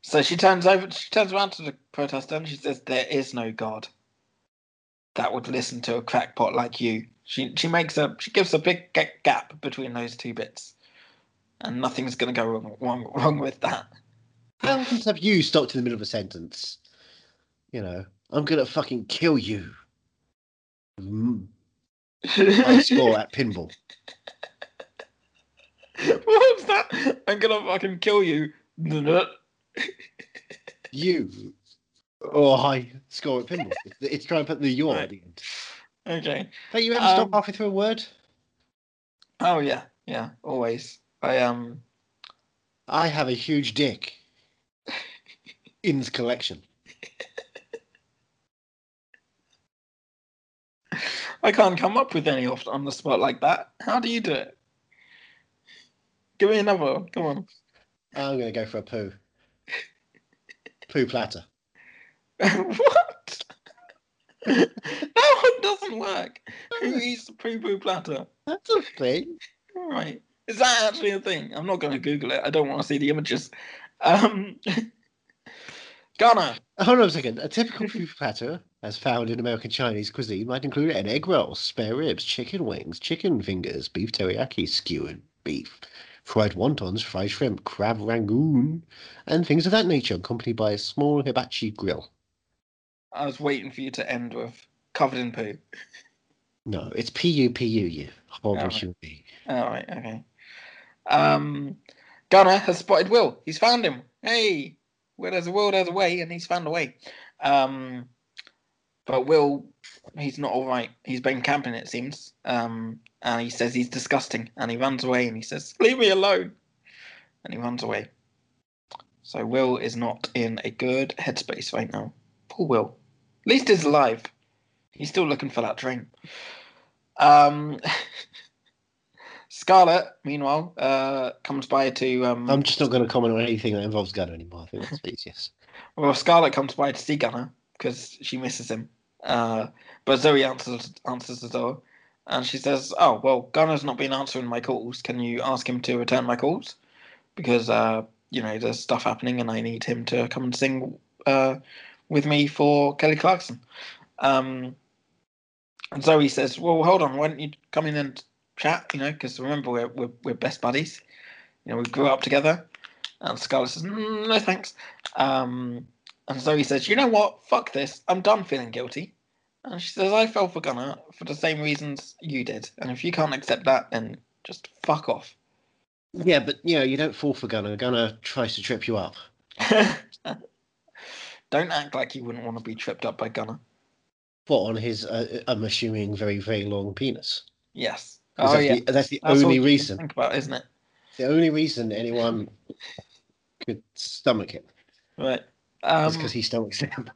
so she turns over. She turns around to the protester and she says, "There is no God that would listen to a crackpot like you." She she makes a she gives a big ga- gap between those two bits, and nothing's going to go wrong, wrong wrong with that.
How often have you stopped in the middle of a sentence? You know, I'm gonna fucking kill you. Mm, I score at pinball.
What's that? I'm gonna fucking kill you.
You or I score at pinball. It's, it's trying to put the your at the end.
Okay.
Don't you ever
Um,
stop halfway through a word?
Oh yeah, yeah. Always. I um.
I have a huge dick in this collection.
I can't come up with any off on the spot like that. How do you do it? Give me another one. Come on.
I'm gonna go for a poo. Poo platter.
what? that one doesn't work. Who eats the poo poo platter?
That's a thing.
All right. Is that actually a thing? I'm not going to Google it. I don't want to see the images. Um, Ghana.
Hold on a second. A typical poo platter, as found in American Chinese cuisine, might include an egg roll, spare ribs, chicken wings, chicken fingers, beef teriyaki, skewered beef, fried wontons, fried shrimp, crab rangoon, and things of that nature, accompanied by a small hibachi grill.
I was waiting for you to end with covered in poo.
No, it's P U P U, you horrible
Alright.
human being.
All right. Okay. Um, Ghana has spotted Will. He's found him. Hey, where there's a will, there's a way, and he's found a way. Um, but Will, he's not all right. He's been camping, it seems. Um, and he says he's disgusting, and he runs away, and he says, "Leave me alone," and he runs away. So Will is not in a good headspace right now. Poor Will. At least he's alive. He's still looking for that dream. Um, Scarlet, meanwhile, uh, comes by to um,
I'm just not going to comment on anything that involves Gunner anymore. I think that's easiest.
Well, Scarlet comes by to see Gunner because she misses him. Uh, but Zoe answers answers the door, and she says, "Oh well, Gunner's not been answering my calls. Can you ask him to return my calls? Because uh, you know there's stuff happening, and I need him to come and sing uh, with me for Kelly Clarkson." Um, and Zoe says, "Well, hold on. Why don't you come in and chat? You know, because remember we're, we're we're best buddies. You know, we grew up together." And Scarlet says, mm, "No thanks." Um, and Zoe says, You know what? Fuck this. I'm done feeling guilty. And she says, I fell for Gunnar for the same reasons you did. And if you can't accept that, then just fuck off.
Yeah, but you know, you don't fall for Gunner. Gunner tries to trip you up.
Don't act like you wouldn't want to be tripped up by Gunnar.
What on his, uh, I'm assuming, very, very long penis?
Yes.
'Cause
Oh,
that's
yeah.
The, uh, that's the
That's all
only
you can
reason.
Think about, it, isn't it?
The only reason anyone could stomach it
Right.
is
Um,
because he stomachs them.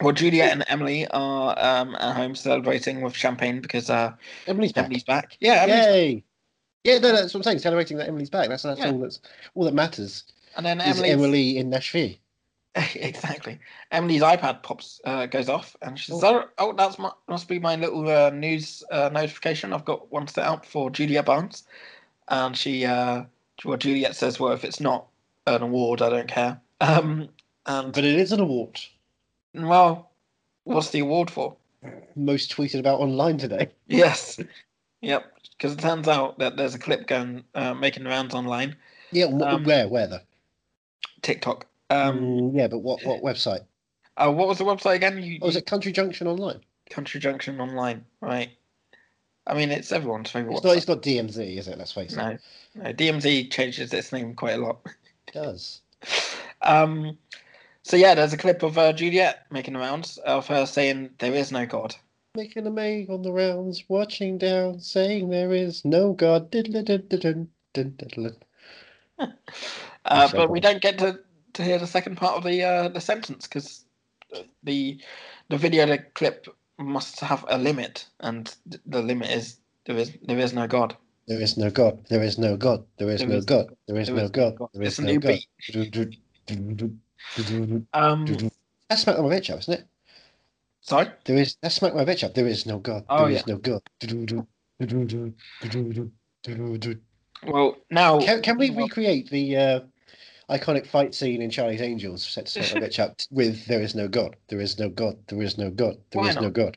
well, Juliet and Emily are um, at home celebrating with champagne because uh,
Emily's back.
Emily's back. Yeah, Emily's
Yay! Yeah, no, that's what I'm saying. Celebrating that Emily's back. That's, that's
Yeah.
all that's all that matters.
And then
Is
Emily's,
Emily in Nashville?
exactly. Emily's iPad pops uh, goes off, and she says, "Oh, oh that's my, must be my little uh, news uh, notification. I've got one set up for Julia Barnes." And she, uh, well, Juliet says, "Well, if it's not an award, I don't care." Um, and
But it is an award.
well, what's the award for?
Most tweeted about online today.
Yes, yep. Because it turns out that there's a clip going uh, making rounds online,
Yeah, wh-
Um,
where, where though?
TikTok. Um,
Mm, yeah, but what, what website?
uh, what was the website again? You,
Oh, is it Country Junction Online?
Country Junction Online, right? I mean, it's everyone's favorite.
It's not,
website.
it's not DMZ, is it? Let's face it.
No, no. DMZ changes its name quite a lot.
It does.
Um, so yeah, there's a clip of uh, Juliet making the rounds of her saying there is no God.
Making a May on the rounds, watching down, saying there is no God. Diddle-diddle-diddle-diddle-diddle.
Uh,
Yes,
but we
okay.
don't get to, to hear the second part of the uh, the sentence because the the video the clip must have a limit, and th- the limit is there is there is no God.
There is no God. There is no God. There is
There
no
is-
God. There is no God. There
It's
is
a
no
new
God.
beat.
That's
Um,
smack my bitch up, isn't it?
sorry.
There is that's smack my bitch up. There is no God.
Oh,
There is no God. Can,
Well, now
can we recreate the uh, iconic fight scene in Charlie's Angels set to smack my bitch up with "There is no God, there is no God, there is no God, there
Why
is no
not?
God"?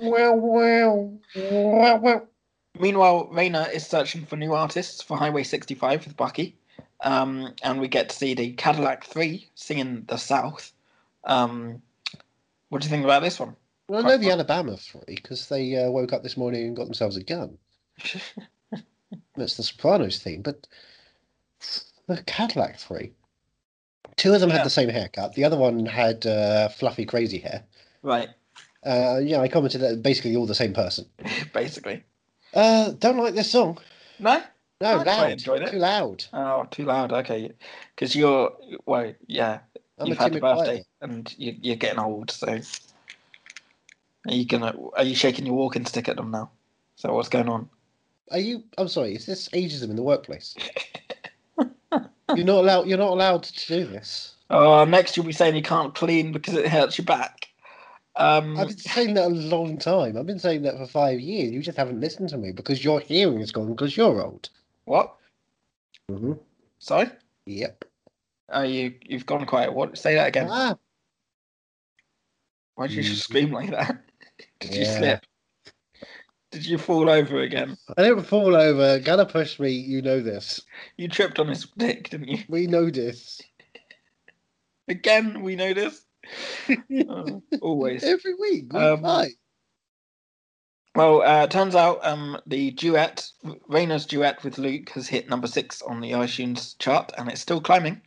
Well, well, well, well.
Meanwhile, Rayna is searching for new artists for Highway 65 with Bucky, um, and we get to see the Cadillac 3 singing "The South." Um, what do you think about this one?
Well, I
Quite
know the
fun.
Alabama three because they uh, woke up this morning and got themselves a gun. That's the Sopranos theme, but the Cadillac three. Two of them
Yeah.
had the same haircut. The other one had uh, fluffy, crazy hair.
right,
Uh, yeah, I commented that basically all the same person.
basically.
Uh, don't like this song.
No?
No,
I quite
loud.
enjoyed it.
Too loud.
Oh, too loud. Okay, because you're well, yeah.
I'm
you've
a
had a
timid
birthday and you, you're getting old, so are you gonna? Are you shaking your walking stick at them now? So what's going on?
Are you? I'm sorry. Is this ageism in the workplace? you're not allowed. You're not allowed to do this.
Uh, next, you'll be saying you can't clean because it hurts your back. Um,
I've been saying that a long time. I've been saying that for five years. You just haven't listened to me because your hearing is gone because you're old.
What?
Mm-hmm.
Sorry?
Yep.
Oh, you you've gone quiet. What? Say that again.
Ah,
Why did you
Mm.
scream like that? Did you
Yeah.
slip? Did you fall over again?
I didn't fall over. Gonna push me. You know this.
You tripped on his dick, didn't you?
We know this
Again, we know this. Oh, always.
every week. We
Um,
fight.
Well, uh, turns out um, the duet, Raina's duet with Luke, has hit number six on the iTunes chart, and it's still climbing.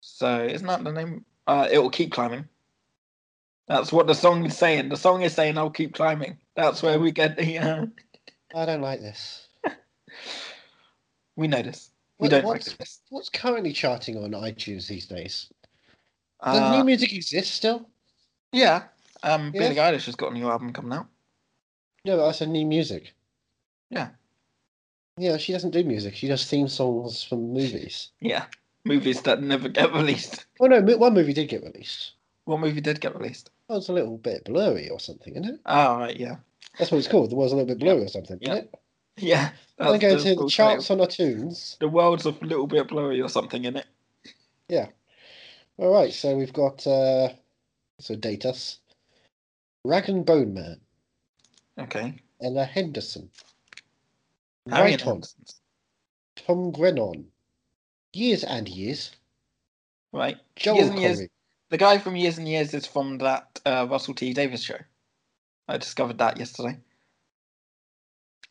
So, isn't that the name? Uh, it will keep climbing. That's what the song is saying. The song is saying, "I'll keep climbing." That's where we get the. Uh,
I don't like this.
we notice. We
What-
don't
what's-
notice this.
What's currently charting on iTunes these days? Does
Uh,
new music exist still?
yeah. Um,
Yeah.
Billie Eilish has got a new album coming out.
No, I said new music.
Yeah.
Yeah, she doesn't do music. She does theme songs for movies.
Yeah. Movies that never get released.
Oh no, mo- one movie did get released.
What movie did get released?
Oh, it's a little bit blurry or something, isn't it?
Oh, right, yeah.
That's what it's called. The world's a little bit blurry or something, isn't
Yeah.
it?
Yeah.
And then
that's
go to the
full
charts
title.
on iTunes.
The world's a little bit blurry or something in it.
All right, so we've got uh, so date us, Rag and Bone Man,
Okay.
Ella Henderson,
Harry
Right
and
on,
Hansen's.
Tom Grennan, Years and Years,
Right.
Joel
Years and
Corey.
Years- The guy from Years and Years is from that uh, Russell T Davis show. I discovered that yesterday.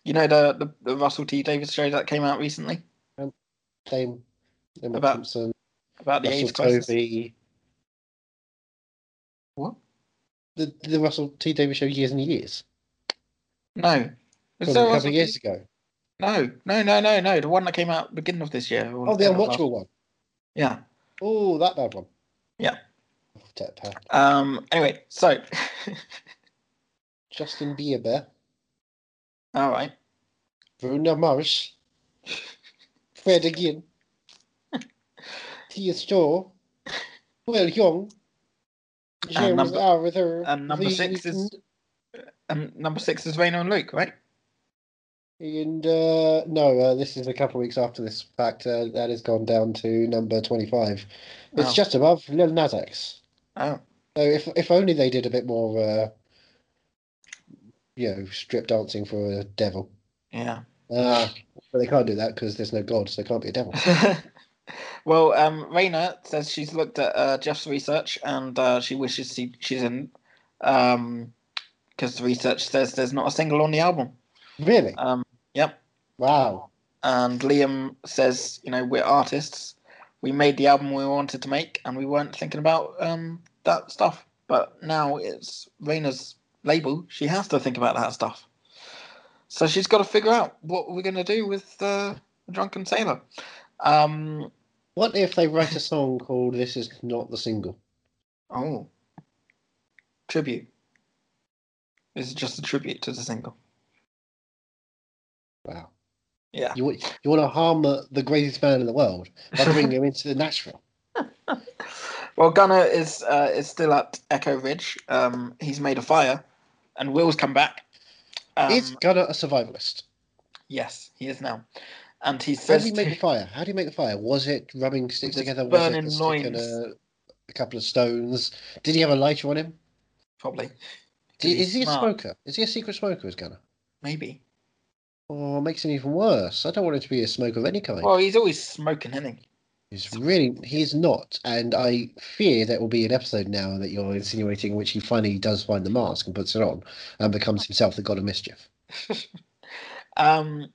You know the, the, the Russell T Davis show that came out recently
Dame, Emma
About
Thompson,
about the
Russell
AIDS crisis.
Tovey,
What?
the, the Russell T Davis show Years and Years
No.
from
Is
a
there a
couple
Russell
of
T-
years ago.
No, no, no, no, no. The one that came out beginning of this year. or
Oh, the
end of last-
unwatchable one.
Yeah.
Oh, that bad one.
Yeah.
Oh, Dead Pal.
Um. Anyway, so
Justin Bieber,
all right.
Bruno Mars, Fred again, Tia Shaw, Well, young. James
number-
are with her.
And number
The-
six is and number six is Raina and Luke, right?
And uh, no, uh, this is a couple of weeks after this fact. Uh, that has gone down to number 25. It's
Oh.
just above Lil Nas X.
Oh,
So if, if only they did a bit more, uh, you know, strip dancing for a devil.
yeah.
Uh, but they can't do that because there's no god, so it can't be a devil.
well, um, Raina says she's looked at uh, Jeff's research and uh, she wishes she, she's in, because the research says there's not a single on the album.
Really?
Um, yep.
Wow.
And Liam says, you know, we're artists. We made the album we wanted to make, and we weren't thinking about um, that stuff. But now it's Raina's label. She has to think about that stuff. So she's got to figure out what we're going to do with uh, Drunken Sailor. Um,
What if they write a song called This Is Not the Single?
oh. Tribute. This is just a tribute to the single.
Wow.
Yeah.
You, want- you want to harm uh, the greatest man in the world by bringing him into the Nashville.
Well, Gunner is uh, is still at Echo Ridge. Um, he's made a fire, and Will's come back. Um,
Is Gunnar a survivalist?
Yes, he is now, and he
How
says
do you make the fire? How do you make the fire? Was it rubbing sticks
Just
together?
burning
was it sticking
loins.
a, a couple of stones? Did he have a lighter on him?
probably
Did,
he's
is he a
smart.
smoker? Is he a secret smoker? Is Gunnar?
maybe.
Oh, it makes him even worse. I don't want him to be a smoker of any kind.
Well, he's always smoking, isn't he?
he's really he's not, and I fear that will be an episode now that you're insinuating, which he finally does find the mask and puts it on and becomes himself the god of mischief.
Um,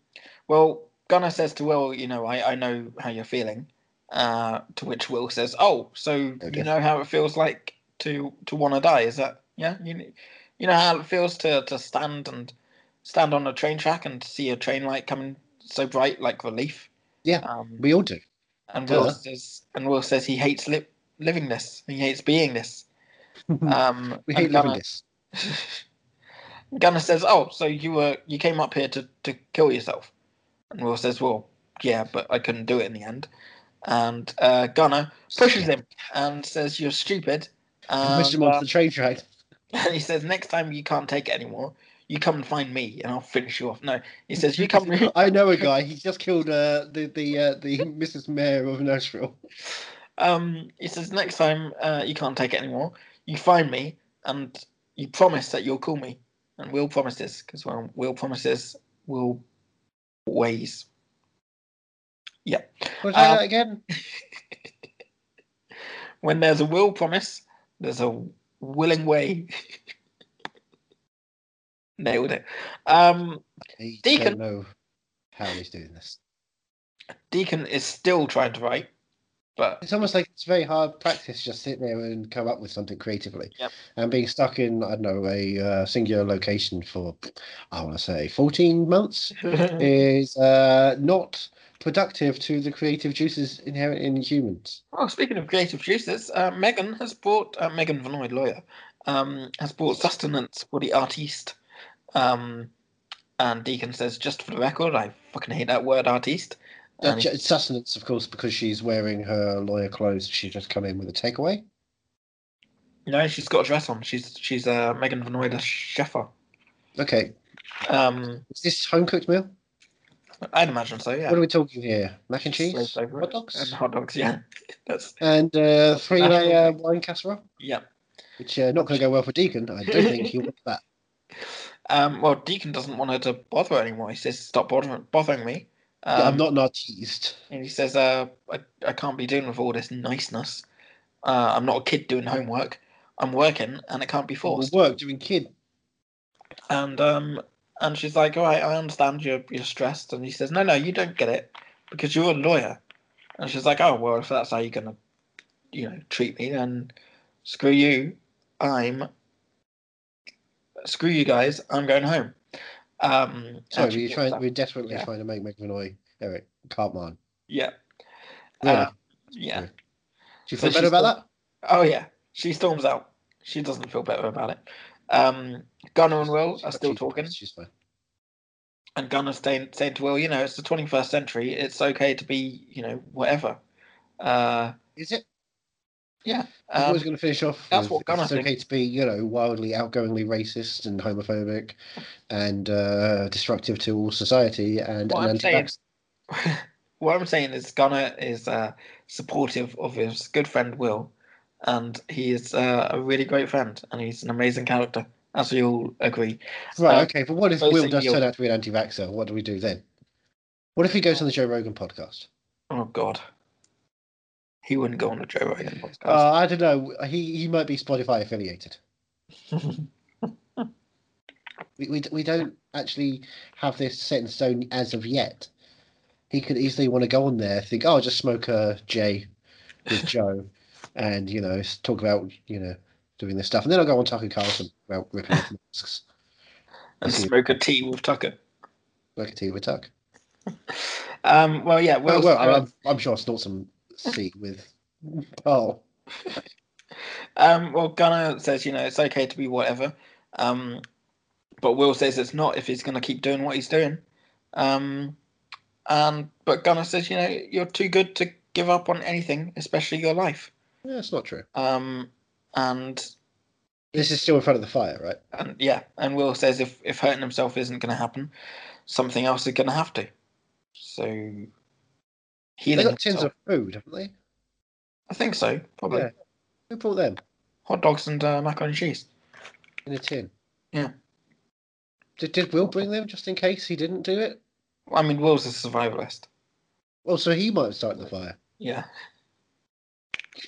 well, Gunnar says to Will, you know, I, I know how you're feeling. Uh, to which Will says, "Oh, so
Oh,
you
dear.
know how it feels like to to want to die? Is that yeah? You you know how it feels to to stand and stand on a train track and see a train light coming so bright, like relief.
Yeah.
Um,
We all do.
and Will
duh.
says, and Will says he hates li- living this. He hates being this. Um,
we
and
hate loving
Gunnar-
this.
Gunnar says, "Oh, so you were you came up here to to kill yourself?" And Will says, "Well, yeah, but I couldn't do it in the end." And uh, Gunnar pushes him and says, "You're stupid." And, uh,
Pushed him onto the train track.
and he says, "Next time you can't take it anymore, you come and find me, and I'll finish you off." No, he says, "You come."
I know a guy. He just killed uh, the the uh, the Mrs. Mayor of Nashville.
Um, he says, "Next time uh, you can't take it anymore, you find me, and you promise that you'll call me." And Will promises because when Will promises, Will always
Want to try
Um,
that again?
when there's a will promise, there's a willing way. Nailed it. Um,
I
Deacon-
don't know how he's doing this.
Deacon is still trying to write, but
It's almost like it's very hard practice just sit there and come up with something creatively.
Yep.
And being stuck in I don't know a uh, singular location for I want to say fourteen months
Mm-hmm.
is uh, not productive to the creative juices inherent in humans.
Well, Oh, speaking of creative juices, uh, Megan has brought uh, Megan Vanoy, lawyer, um, has brought sustenance for the artiste. Um, and Deacon says, just for the record, I fucking hate that word, artiste.
Uh,
And
ju- sustenance, of course, because she's wearing her lawyer clothes. She just come in with a takeaway.
no, she's got a dress on. She's she's uh, Megan Vanoy, the cheffer.
Okay,
Um,
is this home cooked meal?
I'd imagine so. Yeah.
What are we talking here? Mac and
Slow
cheese,
flavour
hot
and
dogs,
hot dogs. Yeah, that's
and uh, three
Mac and
layer wine casserole,
yeah.
which uh, not going to go well for Deacon. I don't think he wants that.
Um, well, Deacon doesn't want her to bother her anymore. He says, "Stop bothering, bothering me." Um,
Yeah, I'm not an artiste.
And he says, uh, I, "I can't be dealing with all this niceness. Uh, I'm not a kid doing homework. I'm working, and it can't be
Will
forced."
work doing kid.
And um, and she's like, "All right, I understand you're you're stressed." And he says, "No, no, you don't get it because you're a lawyer." And she's like, "Oh well, if that's how you're gonna, you know, treat me, then screw you. I'm screw you guys. I'm going home." Um,
Sorry,
and she
we're
walks
trying.
out.
We're desperately
Yeah.
trying to make McVanoy Eric Cartman.
Yeah,
Really?
Uh, yeah.
Do you
so
feel better
she's
about
got-
that?
Oh yeah, she storms out. She doesn't feel better about it. Um, Gunnar and Will
She's
are
got
still
cheated
talking,
parents, She's fine.
and Gunnar's saying, saying to Will, "You know, it's the 21st century. It's okay to be, you know, whatever." Uh,
Is it? Yeah, I'm
Um,
always going to finish off.
that's
with,
what Gunnar
It's
thinks.
okay to be, you know, wildly outgoingly racist and homophobic, and uh, destructive to all society and,
What
and
I'm saying-
anti-vax.
what I'm saying is Gunnar is uh, supportive of his good friend Will, and he is uh, a really great friend, and he's an amazing character, as we all agree.
Right.
Uh,
okay. But what if
both
Will
in
does
your-
turn out to be an anti-vaxxer? What do we do then? What if he goes on the Joe Rogan podcast?
Oh God, he wouldn't go on a Joe Rogan podcast.
Uh, I don't know. He he might be Spotify affiliated. We, we we don't actually have this set in stone as of yet. He could easily want to go on there, think, oh, I'll just smoke a J with Joe, and you know, s- talk about you know doing this stuff, and then I'll go on Tucker Carlson about ripping off masks,
and
see.
smoke a tea with Tucker.
like a tea with Tuck.
Um, well, yeah,
Well,
Will's,
Oh, well, I'm, I'm sure I'll snort some C with oh, Paul.
um, well, Gunnar says you know it's okay to be whatever, um, but Will says it's not if he's going to keep doing what he's doing. Um, and but Gunnar says you know you're too good to give up on anything, especially your life.
Yeah, it's not true.
Um, and
This is still in front of the fire, right?
and yeah, and Will says if if hurting himself isn't going to happen, something else is going to have to. So
They
healing.
got tins
himself-
of food, haven't they?
I think so, probably
Yeah. Who brought them
hot dogs and uh, macaroni and cheese.
in a tin?
Yeah.
Did, did Will bring them just in case he didn't do it?
I mean, Will's a survivalist.
Well, so he might start the fire.
Yeah.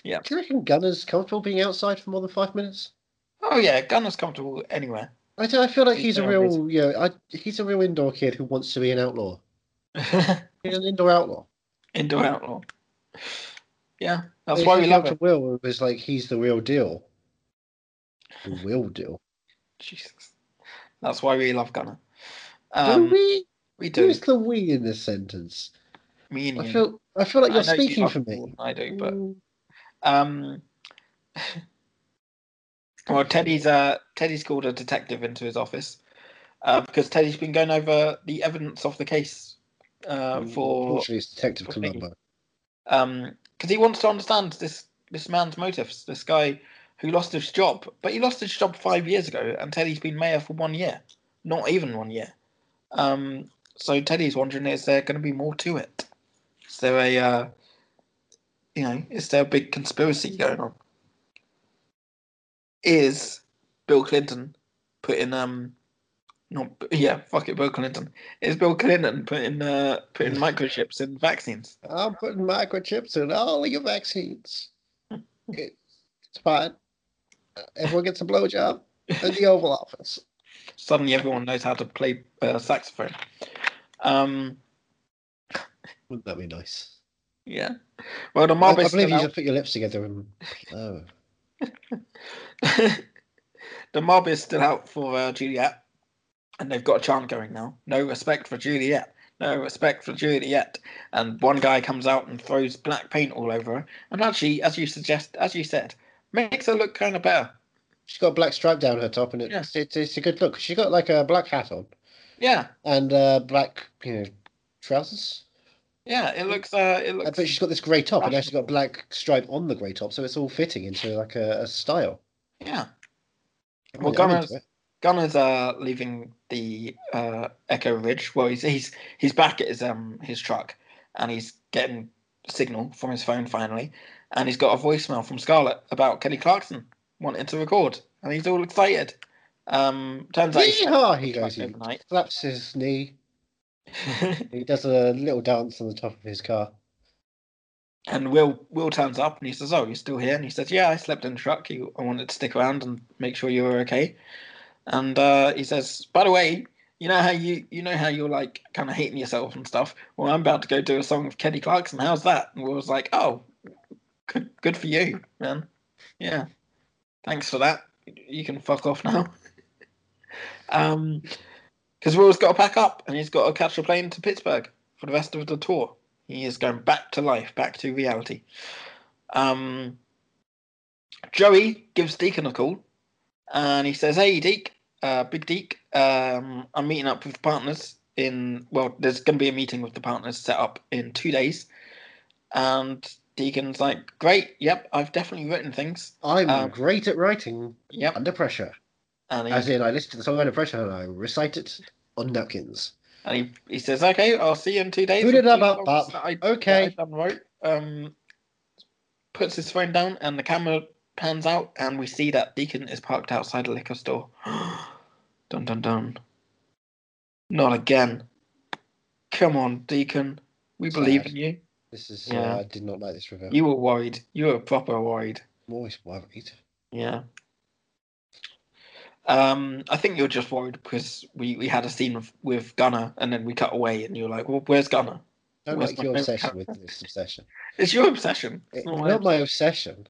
Do you reckon Gunner's comfortable being outside for more than five minutes?
Oh yeah, Gunnar's comfortable anywhere.
I, don't- I feel like
He's
he's a
very
real, you know, I, he's a real indoor kid who wants to be an outlaw. He's an indoor outlaw.
Indoor outlaw. Yeah, that's
If
why
you
we love
look to
him.
Will. It was like he's the real deal. The real deal.
Jesus, that's why we love Gunnar.
Um,
Um, we,
we?
do.
Who's the we in this sentence?
Me and
I
you.
feel, I feel like
I
you're
know you
speaking
love
for
him more
me.
than I do, but
Mm,
um. Well, Teddy's uh, Teddy's called a detective into his office uh, because Teddy's been going over the evidence of the case
Mm,
uh, for
Unfortunately, it's Detective
for
Columbo.
um because he wants to understand this this man's motives this guy who lost his job but he lost his job five years ago and teddy's been mayor for one year not even one year um so teddy's wondering is there going to be more to it is there a uh, you know is there a big conspiracy going on is bill clinton putting um not yeah fuck it bill clinton is bill clinton putting uh putting microchips in vaccines
I'm putting microchips in all of your vaccines. It, it's fine. Uh, Everyone gets a blowjob in the Oval Office.
suddenly everyone knows how to play uh, saxophone. Um,
Wouldn't that be nice?
yeah. Well, the
I,
mob
I
is
believe
still
you
out.
just put your lips together and. Oh.
the mob is still out for uh, Juliet, and they've got a chant going now. No respect for Juliet. No respect for Juliet. And one guy comes out and throws black paint all over her, and actually, as you suggest, as you said, makes her look kind of better.
She's got a black stripe down her top and it,
Yeah.
it's it's a good look. She's got like a black hat on
Yeah,
and uh, black, you know, trousers.
yeah. It looks. Uh, it
Uh,
looks.
But she's got this grey top and now she's got a black stripe on the grey top, so it's all fitting into like a, a style.
Yeah.
I mean,
Well,
I'm into
Gunnar's
it.
Gunner's uh, leaving the uh, Echo Ridge. Well, he's he's he's back at his um his truck, and he's getting signal from his phone finally, and he's got a voicemail from Scarlett about Kelly Clarkson wanting to record, and he's all excited. Um, turns out he's
Yeehaw! He goes, he
overnight.
slaps his knee. He does a little dance on the top of his car.
and Will Will turns up and he says, "Oh, you're still here?" And he says, "Yeah, I slept in the truck. You- I wanted to stick around and make sure you were okay." And uh, he says, "By the way, you know how you you know how you're like kind of hating yourself and stuff. Well, I'm about to go do a song with Kelly Clarkson. How's that?" And Will was like, "Oh, good, good for you, man. Yeah, thanks for that. You can fuck off now." um, because Will's got to pack up and he's got to catch a plane to Pittsburgh for the rest of the tour. He is going back to life, back to reality. Um, Joey gives Deacon a call and he says, Hey, Deek, uh, Big Deek, um, I'm meeting up with the partners in, well, there's going to be a meeting with the partners set up in two days. And Deacon's like, great, yep, I've definitely written things.
I'm
Um,
great at writing
Yep.
under pressure.
And he,
As in, I listen to the song under pressure and I recite it on napkins.
and he, he says, okay, I'll see you in two days.
Who did
with
that
these songs
about that?
that I- that I
Okay.
done wrote. Um, puts his phone down and the camera pans out and we see that Deacon is parked outside a liquor store. dun dun dun. Not again. Come on, Deacon. We
Sad.
believe in you.
This is.
Yeah.
Uh, I did not like this reveal.
You were worried. You were proper worried.
I'm always worried.
Yeah. Um, I think you're just worried because we, we had a scene with, with Gunner and then we cut away and you're like, well, where's Gunner?
Don't
Where's
like
my
your
favourite
obsession with this obsession.
It's your obsession.
It's
It's
not,
not mine.
my obsession.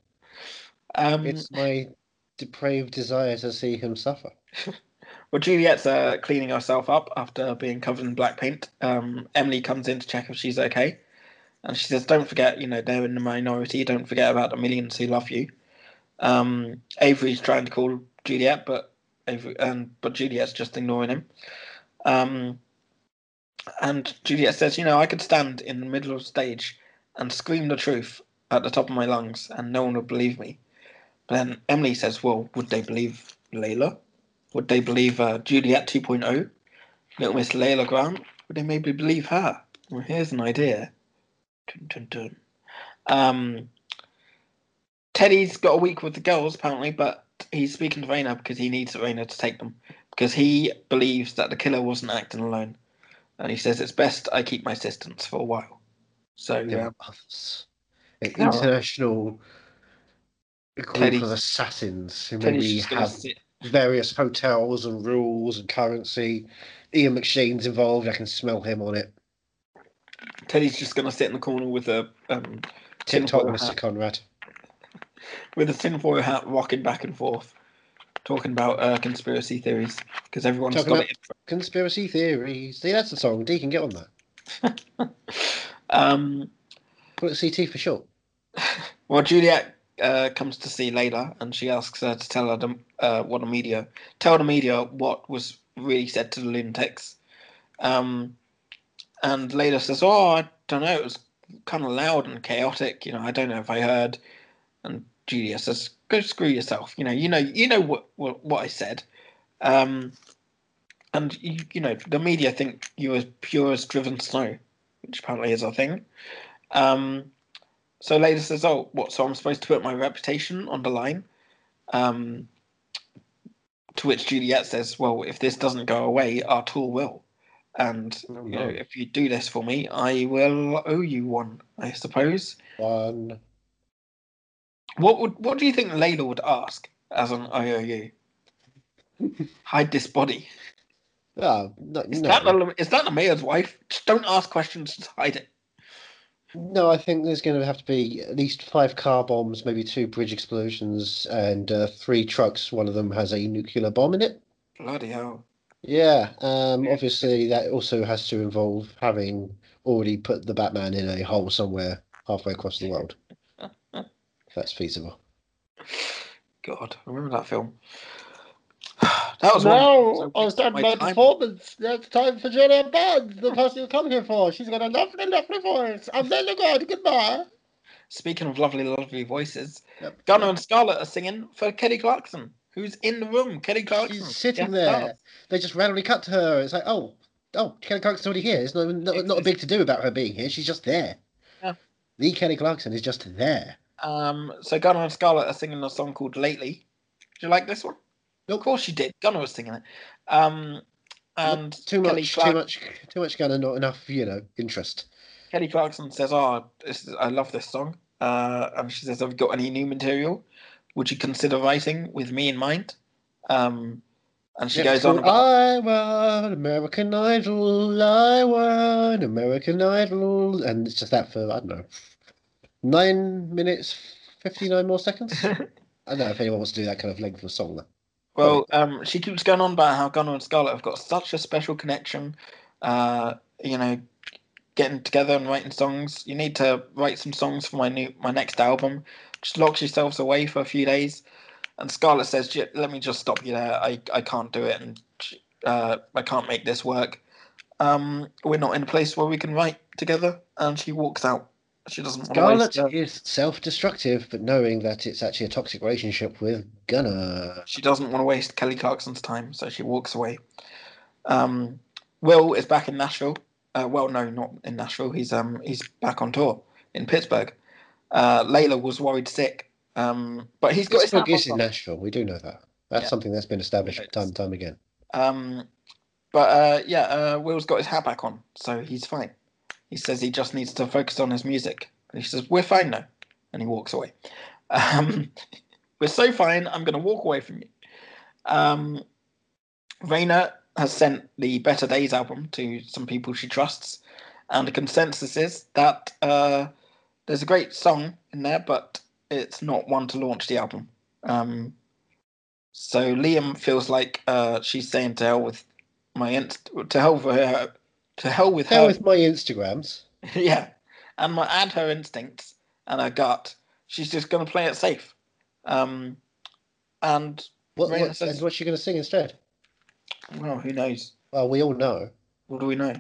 Um,
It's my depraved desire to see him suffer.
well, Juliet's uh, cleaning herself up after being covered in black paint. Um, Emily comes in to check if she's okay. And she says, don't forget, you know, they're in the minority. Don't forget about the millions who love you. Um, Avery's trying to call Juliet, but Avery, um, but Juliet's just ignoring him. Um, and Juliet says, you know, I could stand in the middle of the stage and scream the truth at the top of my lungs and no one would believe me. But then Emily says, well, would they believe Layla? Would they believe uh, Juliet 2.0? Little Miss Layla Grant? Would they maybe believe her? Well, here's an idea. Dun, dun, dun. Um, Teddy's got a week with the girls, apparently, but he's speaking to Raina because he needs Raina to take them. Because he believes that the killer wasn't acting alone. And he says, it's best I keep my distance for a while. So,
There
yeah.
are others. An
No.
international group
Teddy-
of assassins who
Teddy's
maybe
just going to
have
sit.
various hotels and rules and currency. Ian McShane's involved. I can smell him on it.
Teddy's just going to sit in the corner with a um,
TikTok,
tinfoil hat.
Mr. Conrad.
with a tinfoil hat rocking back and forth, talking about uh, conspiracy theories because everyone's
Talking
got
about- Conspiracy theories. See, that's the song. D can get on that.
it. Um,
Call it CT for short.
well, Juliet uh, comes to see Layla and she asks her to tell her the, uh, what the media tell the media what was really said to the lunatics. Um, and Layla says, "Oh, I don't know. It was kind of loud and chaotic. You know, I don't know if I heard." And Juliet says, "Go screw yourself. You know, you know, you know what what, what I said." Um, and you, you know the media think you're as pure as driven snow, which apparently is a thing. Um, so later says, "Oh, what? So I'm supposed to put my reputation on the line?" Um, to which Juliet says, "Well, if this doesn't go away, our tool will, and
Oh,
you
no.
know if you do this for me, I will owe you one, I suppose."
One.
What would what do you think Layla would ask as an IOU? Hide this body.
Ah, no,
Is
no.
that the, is that the mayor's wife? Just don't ask questions. Just hide it.
No, I think there's going to have to be at least five car bombs, maybe two bridge explosions, and uh, three trucks. One of them has a nuclear bomb in it.
Bloody hell.
Yeah, um,
Yeah.
obviously that also has to involve having already put the Batman in a hole somewhere halfway across the world. That's feasible.
God, I remember that film. that was one. of the reasons I wasted my time.
performance. That's time for Julia Barnes, the person who's come here for. She's got a lovely, lovely voice. I'm Lily God. Goodbye.
Speaking of lovely, lovely voices,
Yep.
Gunnar and Scarlett are singing for Kelly Clarkson, who's in the room. Kelly Clarkson.
She's
Yes,
sitting there.
does.
They just randomly cut to her. It's like, oh, oh, Kelly Clarkson's already here. It's not, not, not a big to do about her being here. She's just there.
Yeah.
The Kelly Clarkson is just there.
Um, so Gunnar and Scarlett are singing a song called Lately. Do you like this one?
Nope.
Of course you did. Gunnar was singing it. Um, and
Too
Kelly
much,
Clark-
too much, too much gun and not enough, you know, interest.
Kelly Clarkson says, "Oh, this is, I love this song," uh, and she says, "Have you got any new material? Would you consider writing with me in mind?" Um, and she
Yeah, it's
goes on
called,
about
I won American Idol, I won American Idol, and it's just that for I don't know, nine minutes, fifty-nine more seconds. I don't know if anyone wants to do that kind of length of song. Though.
well, um, she keeps going on about how Gunnar and Scarlett have got such a special connection. Uh, you know, getting together and writing songs. You need to write some songs for my new my next album. Just lock yourselves away for a few days. And Scarlett says, "Ju- "Let me just stop you there. I, I can't do it, and uh, I can't make this work. Um, we're not in a place where we can write together." And she walks out. She doesn't wanna waste
Scarlet
her,
is self-destructive, but knowing that it's actually a toxic relationship with Gunner.
she doesn't want to waste Kelly Clarkson's time, so she walks away. Um, Will is back in Nashville. Uh, well, no, not in Nashville. He's um he's back on tour in Pittsburgh. Uh, Layla was worried sick, um, but he's got
Pittsburgh
his
is
hat
in
on.
Nashville. We do know that. That's
Yeah.
something that's been established
It is.
time and time again.
Um, but uh, yeah, uh, Will's got his hat back on, so he's fine. He says he just needs to focus on his music. And he says, We're fine now. And he walks away. Um, We're so fine, I'm going to walk away from you. Um, Raina has sent the Better Days album to some people she trusts. And the consensus is that uh, there's a great song in there, but it's not one to launch the album. Um, so Liam feels like uh, she's saying to hell with my inst- to hell for her to hell with
Now
her
with my Instagrams.
yeah, and my, and her instincts and her gut. She's just going to play it safe. Um, and
What,
Right,
what,
so-
and what's she going to sing instead?
well, who knows?
Well, we all know.
What do we know?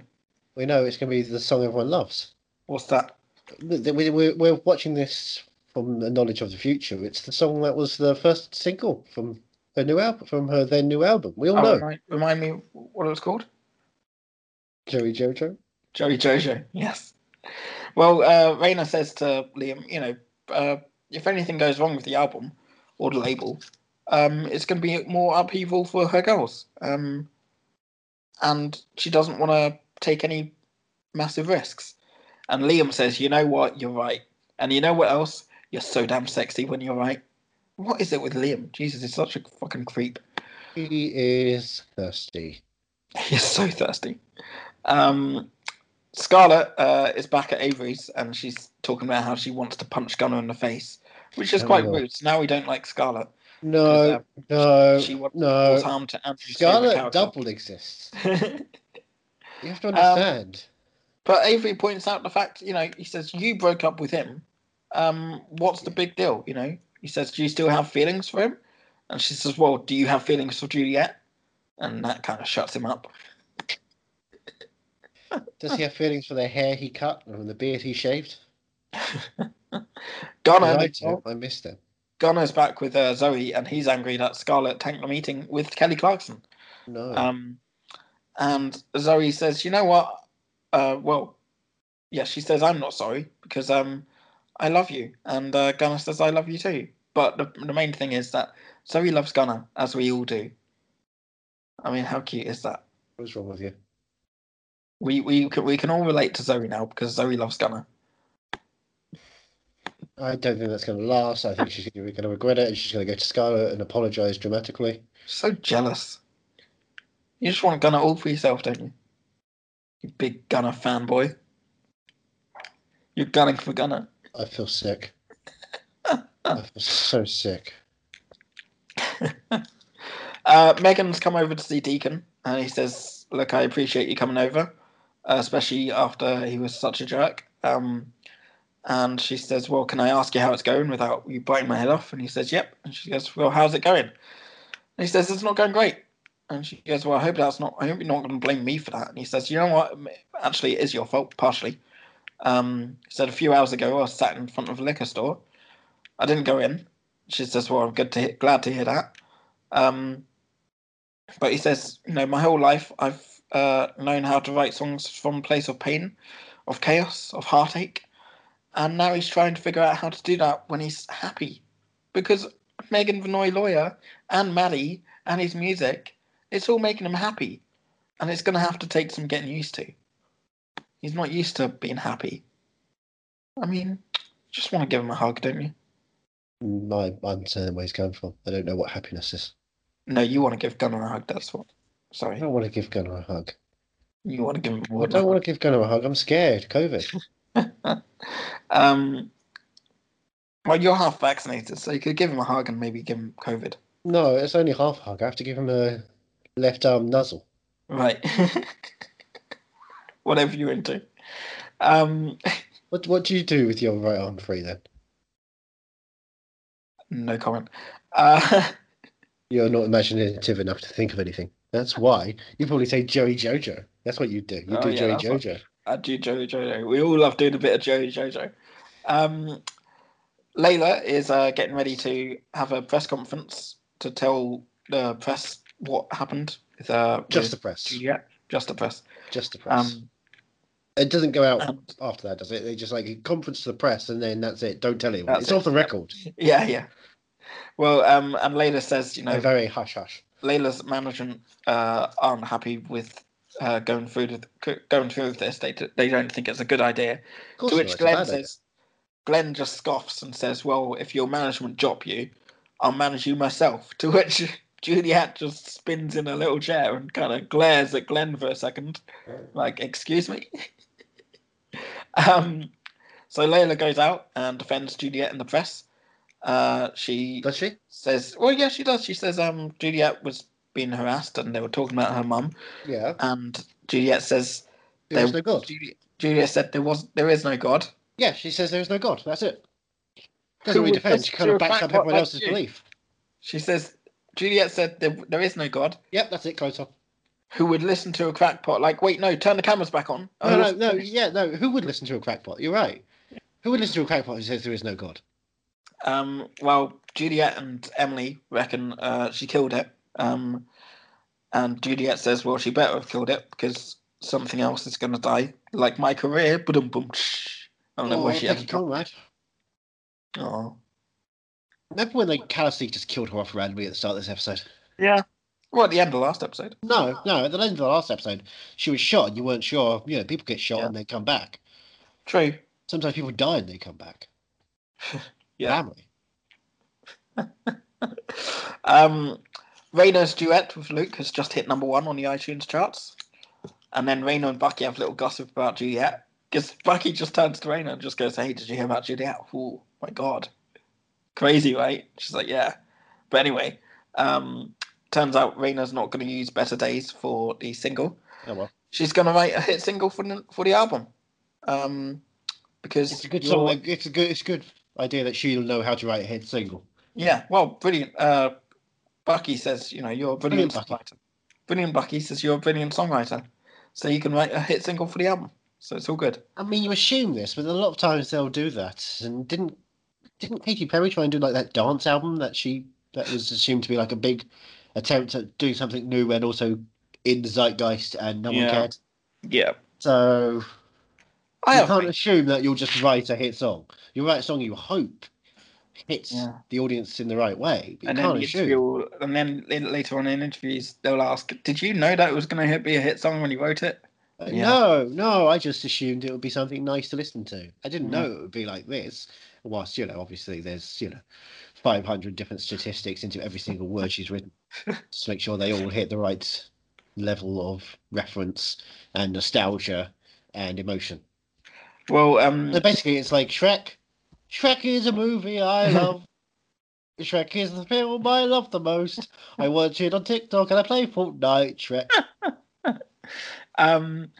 We know it's going to be the song everyone loves.
What's that?
Th- th- we- We're, we're watching this from the knowledge of the future. It's the song that was the first single from her new album. From her then new album. We all
Oh,
know.
remind, remind me what it was called.
Joey Jojo.
Joey Jojo. Yes. Well, uh, Raina says to Liam, you know, uh, if anything goes wrong with the album or the label, um, it's going to be more upheaval for her girls. Um, and she doesn't want to take any massive risks. And Liam says, you know what? You're right. And you know what else? You're so damn sexy when you're right. What is it with Liam? Jesus, he's such a fucking creep.
He is thirsty.
He's so thirsty. Um, Scarlett uh, is back at Avery's and she's talking about how she wants to punch Gunner in the face, which is
Oh,
quite
God.
rude. So now we don't like Scarlett.
No, no,
she wants to cause
no.
harm to Andrew's
Scarlet
favourite character.
Double exists. You have to
Um,
understand.
but Avery points out the fact, you know, he says, You broke up with him. Um, what's the big deal? You know, he says, Do you still have feelings for him? And she says, Well, do you have feelings for Juliet? And that kind of shuts him up.
Does he have feelings for the hair he cut and the beard he shaved?
Gunner,
I, do. I miss them.
Gunner's back with uh, Zoe, and he's angry that Scarlett tanked the meeting with Kelly Clarkson.
No.
Um, and Zoe says, "You know what? Uh, well, yeah." She says, "I'm not sorry because um, I love you." And uh, Gunnar says, "I love you too." But the, the main thing is that Zoe loves Gunnar as we all do. I mean, how cute is that?
What's wrong with you?
We we can we can all relate to Zoe now because Zoe loves Gunnar.
I don't think that's going to last. I think she's going to regret it and she's going to go to Scarlet and apologize dramatically.
So jealous. You just want Gunnar all for yourself, don't you? You big Gunnar fanboy. You're gunning for Gunnar.
I feel sick. I feel so sick.
Uh, Megan's come over to see Deacon, and he says, "Look, I appreciate you coming over, uh, especially after he was such a jerk." Um, and she says, "Well, can I ask you how it's going without you biting my head off?" And he says, "Yep." And she goes, "Well, how's it going?" And he says, "It's not going great." And she goes, "Well, I hope that's not. I hope you're not going to blame me for that." And he says, "You know what? Actually, it is your fault partially." Um, he said, "A few hours ago, I was sat in front of a liquor store. I didn't go in." She says, "Well, I'm good to hear, glad to hear that." Um, but he says, you know, my whole life I've uh, known how to write songs from a place of pain, of chaos, of heartache, and now he's trying to figure out how to do that when he's happy, because Megan Vinoy Lawyer and Maddie and his music, it's all making him happy, and it's going to have to take some getting used to. He's not used to being happy. I mean, just want to give him a hug, don't you?
My, I understand where he's coming from. I don't know what happiness is.
No, you want to give Gunnar a hug. That's what.
I
Sorry,
don't want to give Gunnar a hug.
you want to give him
I
more.
don't want to give Gunnar a hug. I'm scared. COVID.
Um, well, you're half vaccinated, so you could give him a hug and maybe give him COVID.
No, it's only half a hug. I have to give him a left arm nuzzle.
Right. Whatever you're into. Um,
What What do you do with your right arm free then?
no comment. Uh,
You're not imaginative enough to think of anything. That's why you probably say Joey Jojo. That's what you do. You
Oh,
do
yeah,
Joey
that's what-
Jojo.
I do Joey Jojo. We all love doing a bit of Joey Jojo. Um, Layla is uh, getting ready to have a press conference to tell the press what happened with uh,
Just the
with
press.
Juliet. Just the press.
Just the press.
Um,
it doesn't go out
um,
after that, does it? They just like conference to the press and then that's it. Don't tell anyone.
That's
It's
it,
off the
yeah.
record.
yeah, yeah. Well, um, and Layla says, you know,
They're very hush hush.
Layla's management uh, aren't happy with uh, going through with, going through with this. They they don't think it's a good idea.
Of course,
To
not,
which
it's a
Glenn
bad idea.
says, Glenn just scoffs and says, "Well, if your management drop you, I'll manage you myself." To which Juliet just spins in a little chair and kind of glares at Glenn for a second, like, "Excuse me." um, so Layla goes out and defends Juliet in the press. Uh, she
Does she?
says, "Well, yeah, she does." She says, "Um, Juliet was being harassed, and they were talking about her mum."
Yeah.
And Juliet says,
There is
They-
no God.
Juliet, Juliet said there was there is no God."
Yeah, she says there is no God. That's it. Doesn't
Who
really
would
defend.
just
She kind of
do a
backs
fact
up everyone
like
else's
you?
belief.
She says, "Juliet said there, there is no God."
Yep, that's it. Close up.
Who would listen to a crackpot? Like, wait, no, turn the cameras back on.
No, no, no. Yeah, no. Who would listen to a crackpot? You're right. Who would listen to a crackpot who says there is no God?
Um, well, Juliet and Emily reckon uh, she killed it. Um, and Juliet says, "Well, she better have killed it because something else is going to die, like my career." Boom, boom. I don't know
Oh,
where she
thank
ever
you, Conrad.
Oh.
Remember when they callously just killed her off randomly at the start of this episode?
Yeah. Well, at the end of last episode.
No, no. At the end of the last episode, she was shot, and you weren't sure. You know, people get shot
Yeah.
and they come back.
True.
Sometimes people die and they come back.
Yeah.
Family.
Um, Rayno's duet with Luke has just hit number one on the iTunes charts. And then Rayno and Bucky have a little gossip about Juliet. Because Bucky just turns to Rayno and just goes, Hey, did you hear about Juliet? Oh, my God. Crazy, right? She's like, Yeah. But anyway, um, turns out Rayno's not going to use Better Days for the single.
Oh well.
She's going to write a hit single for the, for the album. Um, because
It's a good
you're-
song. like, It's a good. It's a good idea that she'll know how to write a hit single.
Yeah, well, brilliant. Uh, Bucky says, you know, you're a brilliant,
Brilliant, Bucky.
songwriter. Brilliant Bucky says you're a brilliant songwriter, so you can write a hit single for the album. So it's all good.
I mean, you assume this, but a lot of times they'll do that. And didn't didn't Katy Perry try and do like that dance album that she that was assumed to be like a big attempt at doing something new and also in the zeitgeist and no one
Yeah.
cared.
Yeah.
So
I
you
have.
can't
faith.
assume that you'll just write a hit song. You write a song you hope hits
Yeah.
the audience in the right way, but you
And then
can't
the
assume.
interview, will- and then la- later on in interviews, they'll ask, "Did you know that it was going to be a hit song when you wrote it?"
Uh,
Yeah.
No, no, I just assumed it would be something nice to listen to. I didn't
Mhm.
know it would be like this. Whilst, you know, obviously there's, you know, 500 different statistics into every single word she's written to make sure they all hit the right level of reference and nostalgia and emotion.
Well, um,
So basically, it's like Shrek. Shrek is a movie I love. Shrek is the film I love the most. I watch it on TikTok and I play Fortnite. Shrek.
um,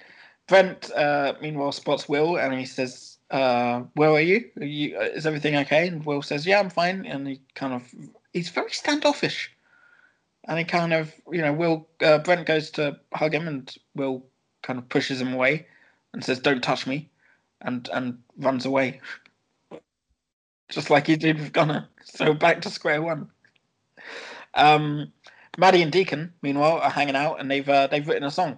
Brent, uh, meanwhile, spots Will, and he says, uh, "Where are you? Are you? uh, Is everything okay?" And Will says, "Yeah, I'm fine." And he kind of, he's very standoffish. and he kind of you know will uh, brent goes to hug him and will kind of pushes him away and says don't touch me and and runs away just like he did with gunner so back to square one um maddie and deacon meanwhile are hanging out and they've uh, they've written a song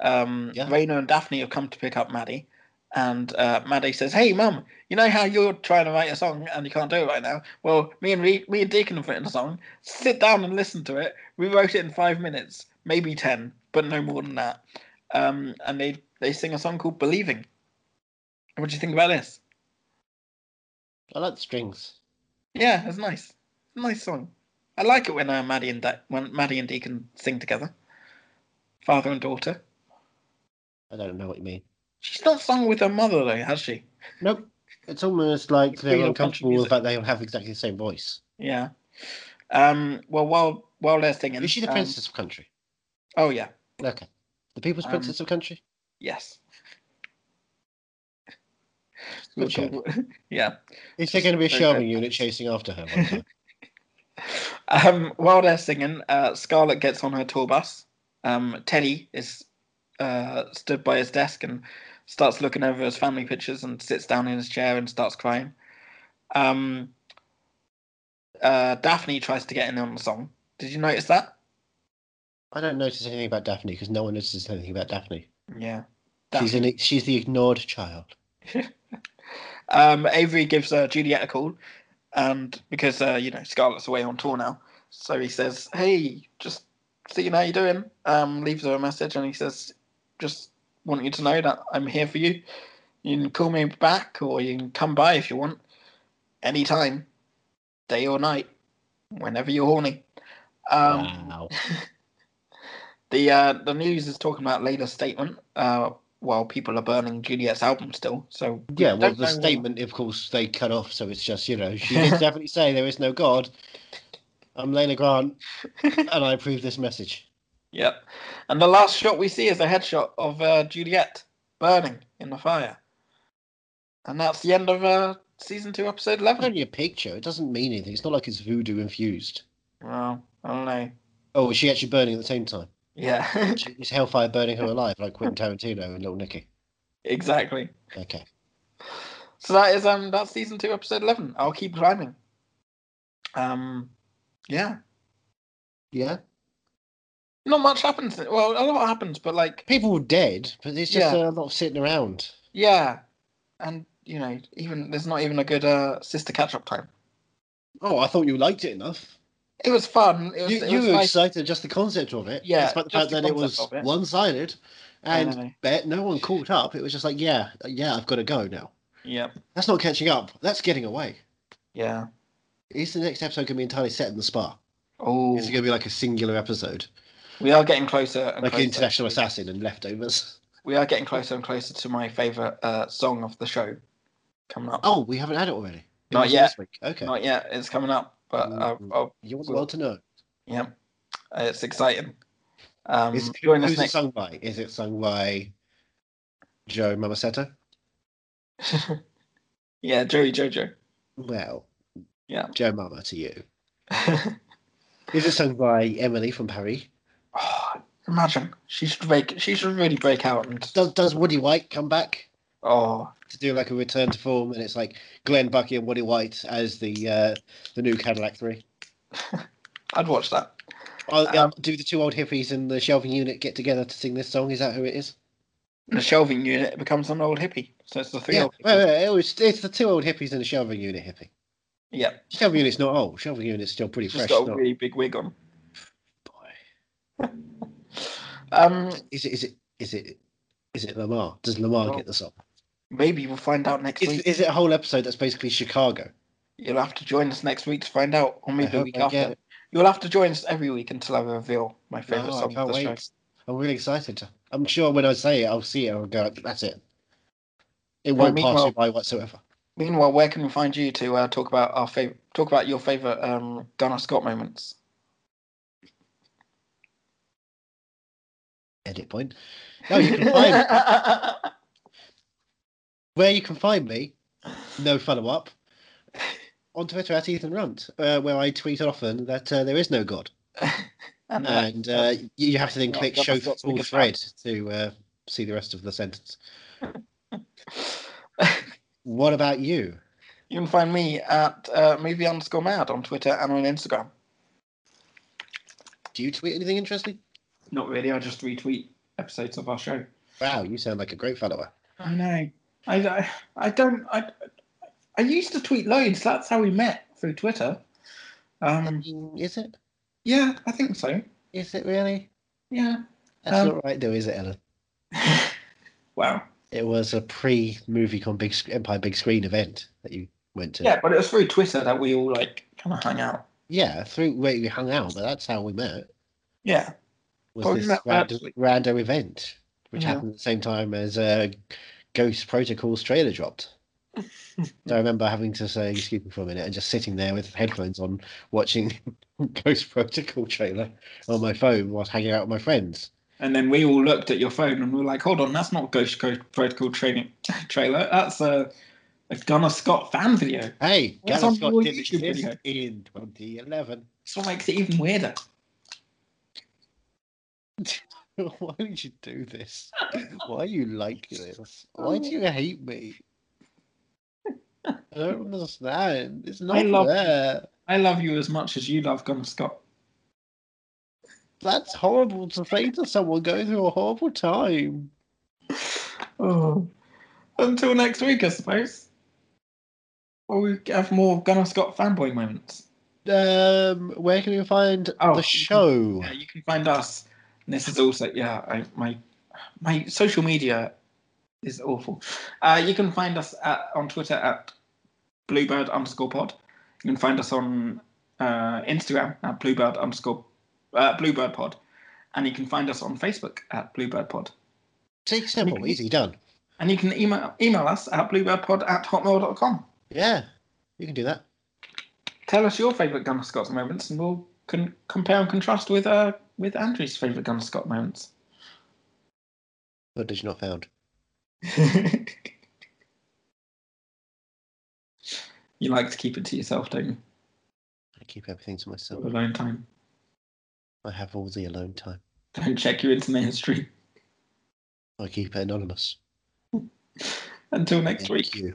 um
Yeah.
Raina and daphne have come to pick up maddie and uh, Maddie says, "Hey, Mum, you know how you're trying to write a song and you can't do it right now. Well, me and Re- me and Deacon have written a song. Sit down and listen to it. We wrote it in five minutes, maybe ten, but no more than that. Um, and they they sing a song called "Believing." What do you think about this?
I like the strings.
Yeah, it's nice, nice song. I like it when uh, Maddie and De- when Maddie and Deacon sing together, father and daughter.
I don't know what you mean.
She's not sung with her mother though, has she?
Nope. It's almost like
Freedom
they're
of
uncomfortable with the
music.
fact they have exactly the same voice.
Yeah. Um, well, while while they're singing,
Is she the
um,
princess of country?
Oh yeah.
Okay. The people's
um,
princess of country?
Yes.
Good show.
yeah.
Is there going to be a
very
shelving
good.
unit chasing after her? one time?
Um, while they're singing, uh, Scarlett gets on her tour bus. Um, Teddy is uh, stood by his desk and starts looking over his family pictures and sits down in his chair and starts crying. Um, uh, Daphne tries to get in on the song. Did you notice that?
I don't notice anything about Daphne because no one notices anything about Daphne.
Yeah.
She's an, she's the ignored child.
Um, Avery gives uh, Juliet a call, and because uh, you know Scarlett's away on tour now, so he says, "Hey, just seeing how you're doing." Um, leaves her a message, and he says, "Just want you to know that I'm here for you. You can call me back, or you can come by if you want, anytime, day or night, whenever you're horny." Um,
wow.
The uh, the news is talking about Layla's statement. Uh, while people are burning Juliet's album still, so we
Yeah, well,
don't
the
know-
statement, of course, they cut off, so it's just, you know, she did definitely say there is no God. I'm Lena Grant, and I approve this message.
Yep. And the last shot we see is a headshot of uh, Juliet burning in the fire. And that's the end of uh, season two, episode
It's
11.
only a picture. It doesn't mean anything. It's not like it's voodoo infused.
Well, I don't know.
Oh, was she actually burning at the same time?
Yeah,
She- Is Hellfire burning her alive, like Quentin Tarantino and Little Nicky?
exactly.
Okay.
So that is um that's season two, episode 11. I'll keep climbing. Um, yeah.
Yeah.
Not much happens. Well, a lot happens, but like,
People were dead, but there's just
Yeah.
a lot of sitting around.
yeah. And, you know, even there's not even a good uh, sister catch up time.
Oh, I thought you liked it enough.
It was fun. It was,
You,
it
you
was
were
nice.
excited just the concept of it.
Yeah,
despite the
just
fact
the
that it
concept
was
of it.
one-sided,
I
and
know.
bet no one caught up. It was just like, yeah, yeah, I've got to go now.
Yep.
That's not catching up. That's getting away.
Yeah.
Is the next episode going to be entirely set in the spa?
Oh,
Is it going to be like a singular episode,
we are getting closer and
like
closer.
International Assassin and Leftovers?
We are getting closer and closer to my favorite uh, song of the show coming up.
Oh, we haven't had it already. It
Not
wasn't
yet.
This week. Okay.
Not yet, it's coming up, but uh,
Mm.
oh,
you want the world to know.
yeah, it's exciting. Um,
Is,
join us
who's it
next.
sung by? Is it sung by Joe Mamaceto?
Yeah, Joey Jojo.
Well,
Yeah.
Joe Mama to you.
oh,
Is it sung by Emily from Paris?
Oh, imagine she should break. She should really break out and
Does Does Woody White come back
oh
to do like a return to form? And it's like Glenn Bucky and Woody White as the uh, the new Cadillac Three.
I'd watch that.
Oh,
Um,
do the two old hippies and the shelving unit get together to sing this song? Is that who it is?
The shelving unit becomes an old hippie, so it's the three
yeah,
old.
Wait,
hippies.
wait, it was, it's the two old hippies and the shelving unit hippie.
Yeah,
Shelving unit's not old. Shelving unit's still pretty
just
fresh.
got a
not-
really big wig on.
boy.
Um,
Is it? Is it? Is it? Is it Lamar? Does Lamar
Well,
get the song?
maybe we'll find out next
Is,
week.
is it a whole episode that's basically Chicago?
You'll have to join us next week to find out, or maybe a
hope
week
I get
after.
it.
You'll have to join us every week until I reveal my favorite
No, I
song of
can't
the
wait.
show.
I'm really excited. I'm sure when I say it, I'll see it. I'll go. That's it. It
Well,
won't pass
meanwhile-
you by whatsoever.
Meanwhile, where can we find you to uh, talk about our favorite, talk about your favorite um, Gunnar Scott moments?
Edit point. No, you can find where you can find me. No follow up on Twitter at Ethan Runt, uh, where I tweet often that uh, there is no God,
and, uh,
and uh, you you have to then
Yeah,
click
God
show
has got to be
full
good
thread to uh, see the rest of the sentence. What about you?
you can find me at uh, movie underscore mad on Twitter and on Instagram.
Do you tweet anything interesting?
Not really. I just retweet episodes of our show.
Wow, you sound like a great follower.
I know. I, I, I don't. I, I used to tweet loads. That's how we met through Twitter. Um,
Is it?
yeah, I think so.
Is it really?
Yeah.
That's
Um,
not right, though, is it, Ellen?
Wow.
It was a pre-movie con big Sc- Empire Big Screen event that you went to.
Yeah, but it was through Twitter that we all like kind of hung out.
yeah. Through where you hung out, but that's how we met.
Yeah.
Was
Well, we
this
met
random,
virtually.
random event, which
Oh, Yeah.
happened at the same time as uh, Ghost Protocol's trailer dropped. so I remember having to say, "Excuse me for a minute," and just sitting there with headphones on, watching Ghost Protocol trailer on my phone whilst hanging out with my friends.
And then we all looked at your phone and we were like, "Hold on, that's not Ghost Coast Protocol training trailer. That's a, a Gunnar Scott fan video.
Hey,
That's
Gallop
on
Scott
your
did
YouTube
exist
video.
in 2011.
That's what makes it even weirder."
Why did you do this? Why are you like this? Why do you hate me? I don't understand. It's not
I love-
there.
I love you as much as you love Gunnar Scott.
That's horrible to say to someone going through a horrible time.
Oh. Until next week, I suppose. Or we have more Gunnar Scott fanboy moments.
Um, where can we find
Oh.
the show?
Yeah, you can find us. And this is also yeah, I, my my social media is awful. Uh, you can find us at, on Twitter at bluebird underscore pod. You can find us on uh, Instagram at bluebird underscore uh, bluebird pod, and you can find us on Facebook at bluebird pod.
Take simple, easy done.
And you can email email us at bluebirdpod at hotmail.com.
Yeah, you can do that.
Tell us your favourite Gunnar Scott moments, and we'll con- compare and contrast with uh, with Andrew's favourite Gunnar Scott moments.
Footage not found.
you like to keep it to yourself, don't you?
I keep everything to myself.
Alone time.
I have all the alone time.
Don't check your internet history.
I keep it anonymous.
Until next
Thank
week.
you.